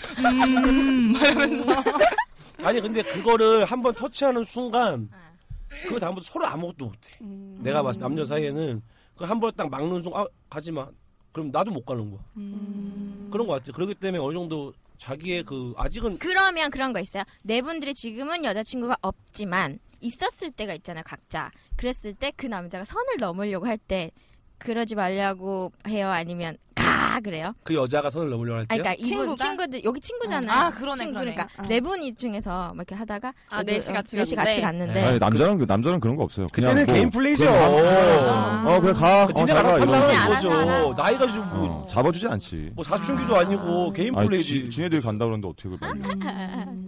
Speaker 1: 음,
Speaker 9: 말하면서. 음. 아니 근데 그거를 한번 터치하는 순간
Speaker 2: 네.
Speaker 9: 그 다음부터 서로 아무것도 못해.
Speaker 2: 음.
Speaker 9: 내가 봤을 때 남녀 사이에는 그 한 번 딱 막는 순간 아, 가지 마. 그럼 나도 못 가는 거야.
Speaker 13: 음.
Speaker 9: 그런 거 같아. 그렇기 때문에 어느 정도 자기의 그 아직은
Speaker 2: 그러면 그런 거 있어요. 네 분들이 지금은 여자친구가 없지만 있었을 때가 있잖아요, 각자. 그랬을 때 그 남자가 선을 넘으려고 할 때 그러지 말라고 해요, 아니면 가 그래요?
Speaker 9: 그 여자가 선을 넘으려고 할
Speaker 2: 아,
Speaker 9: 때요.
Speaker 2: 그러니까 이분
Speaker 13: 친구가?
Speaker 2: 친구들 여기 친구잖아요.
Speaker 13: 아, 그러네,
Speaker 2: 친구,
Speaker 13: 그러네.
Speaker 2: 그러니까
Speaker 13: 아.
Speaker 2: 네 분이 중에서 막 이렇게 하다가
Speaker 13: 아, 넷이 같이
Speaker 2: 넷이 같이
Speaker 13: 갔는데. 네.
Speaker 1: 네.
Speaker 2: 갔는데
Speaker 6: 아니, 남자는 그, 남자는 그런 거 없어요. 그냥
Speaker 9: 그때는
Speaker 6: 뭐,
Speaker 9: 개인 플레이죠.
Speaker 6: 그냥
Speaker 9: 아.
Speaker 6: 가. 어, 그냥 가. 어,
Speaker 9: 니네
Speaker 6: 잘 가.
Speaker 9: 알아서
Speaker 6: 이러면
Speaker 9: 판단하는
Speaker 6: 되지.
Speaker 9: 거죠. 나이가 지금 뭐,
Speaker 6: 어, 잡아주지 않지.
Speaker 9: 뭐 사춘기도 아니고 개인
Speaker 6: 아니,
Speaker 9: 플레이지.
Speaker 6: 지- 지네들이 간다 그러는데 어떻게 그걸 말해.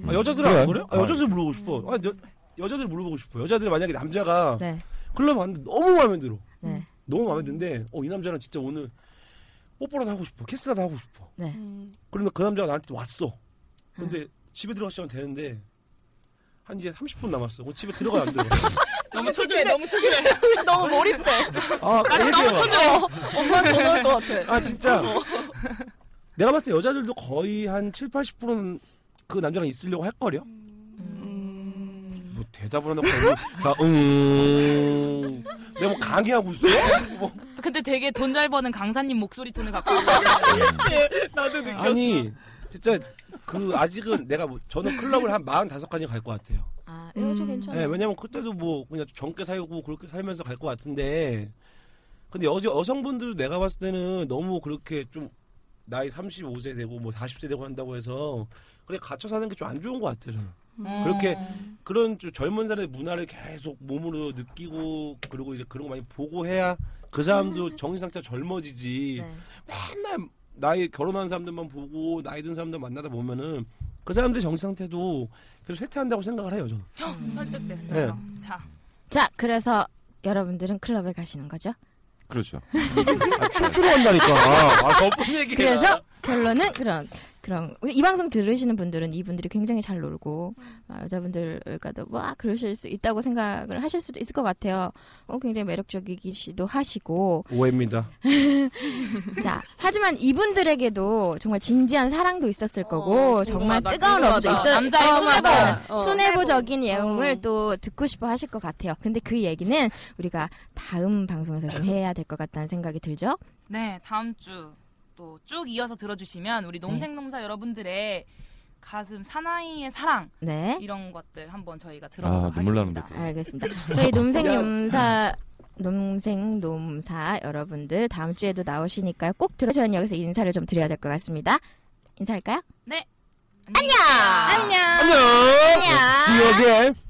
Speaker 9: 아, 여자들은
Speaker 6: 그래.
Speaker 9: 안 그래? 아,
Speaker 6: 아,
Speaker 9: 여자들 물어보고 싶어. 아, 여, 여자들 물어보고 싶어. 여자들이 만약에 남자가
Speaker 2: 네.
Speaker 9: 클럽 왔는데 너무 마음에 들어.
Speaker 2: 네.
Speaker 9: 너무 마음에 드는데 어, 이 남자랑 진짜 오늘 뽀뽀라도 하고 싶어. 키스라도 하고 싶어.
Speaker 2: 네.
Speaker 9: 그러면 그 남자가 나한테 왔어. 근데 집에 들어갈 시간 되는데 한 이제 30분 남았어. 그럼 집에 들어가야 안 들어가.
Speaker 1: 너무 초조해, 너무 초조해.
Speaker 13: 너무 몰입돼.
Speaker 9: 아,
Speaker 13: 아니, 너무
Speaker 9: 얘기해봐.
Speaker 13: 초조해. 엄마 전화할 것 같아.
Speaker 9: 아 진짜. 내가 봤을 때 여자들도 거의 한 7, 80%는 그 남자랑 있으려고 할 거려.
Speaker 13: 음.
Speaker 9: 뭐 대답을 하나 나 음. 내가 뭐 강의하고 있어? 뭐.
Speaker 1: 네. 근데 되게 돈 잘 버는 강사님 목소리 톤을 갖고 있어.
Speaker 13: 예, 나도
Speaker 9: 아니 진짜 그 아직은 내가 뭐 저는 클럽을 한 45까지 갈 것 같아요.
Speaker 2: 아, 이거
Speaker 13: 음.
Speaker 2: 저 괜찮아요.
Speaker 9: 예, 왜냐면 그때도 뭐 그냥 젊게 살고 그렇게 살면서 갈 것 같은데 근데 여, 여성분들도 내가 봤을 때는 너무 그렇게 좀 나이 35세 되고 뭐 40세 되고 한다고 해서 그래 갇혀 사는 게 좀 안 좋은 것 같아요 저는
Speaker 1: 음.
Speaker 9: 그렇게 그런 좀 젊은 사람의 문화를 계속 몸으로 느끼고 그리고 이제 그런 거 많이 보고 해야 그 사람도 정신 상태가 젊어지지
Speaker 2: 네.
Speaker 9: 맨날 나이 결혼한 사람들만 보고 나이 든 사람들 만나다 보면은 그 사람들의 정신 상태도 계속 쇠퇴한다고 생각을 해요 저는
Speaker 1: 설득됐어요. 자,
Speaker 2: 음. 자, 그래서 여러분들은 클럽에 가시는 거죠?
Speaker 6: 그렇죠.
Speaker 9: 아, 춤추러 간다니까. 아, 더쁜 얘기야.
Speaker 2: 그래서 결론은 그런 그런 우리 이 방송 들으시는 분들은 이분들이 굉장히 잘 놀고 아, 여자분들과도 와 그러실 수 있다고 생각을 하실 수도 있을 것 같아요. 어, 굉장히 매력적이기도 하시고
Speaker 9: 오해입니다.
Speaker 2: 자 하지만 이분들에게도 정말 진지한 사랑도 있었을 거고 정말
Speaker 1: 어, 궁금하다,
Speaker 2: 뜨거운 러브도
Speaker 1: 궁금하다.
Speaker 2: 있었을
Speaker 1: 남자의 순애보. 어.
Speaker 2: 순애보적인 예용을 또 듣고 싶어 하실 것 같아요. 근데 그 얘기는 우리가 다음 방송에서 좀 해야 될 것 같다는 생각이 들죠.
Speaker 1: 네 다음 주 또 쭉 이어서 들어주시면 우리 농생농사 여러분들의 가슴 사나이의 사랑
Speaker 2: 네.
Speaker 1: 이런 것들 한번 저희가 들어보도록
Speaker 6: 아, 눈물 나는데.
Speaker 2: 알겠습니다. 저희 놈생 놈사 놈생 놈사 여러분들 다음 주에도 나오시니까요. 꼭 들어 저는 여기서 인사를 좀 드려야 될 것 같습니다. 인사할까요?
Speaker 1: 네.
Speaker 2: 안녕. 안녕.
Speaker 9: 안녕.
Speaker 2: 유혹에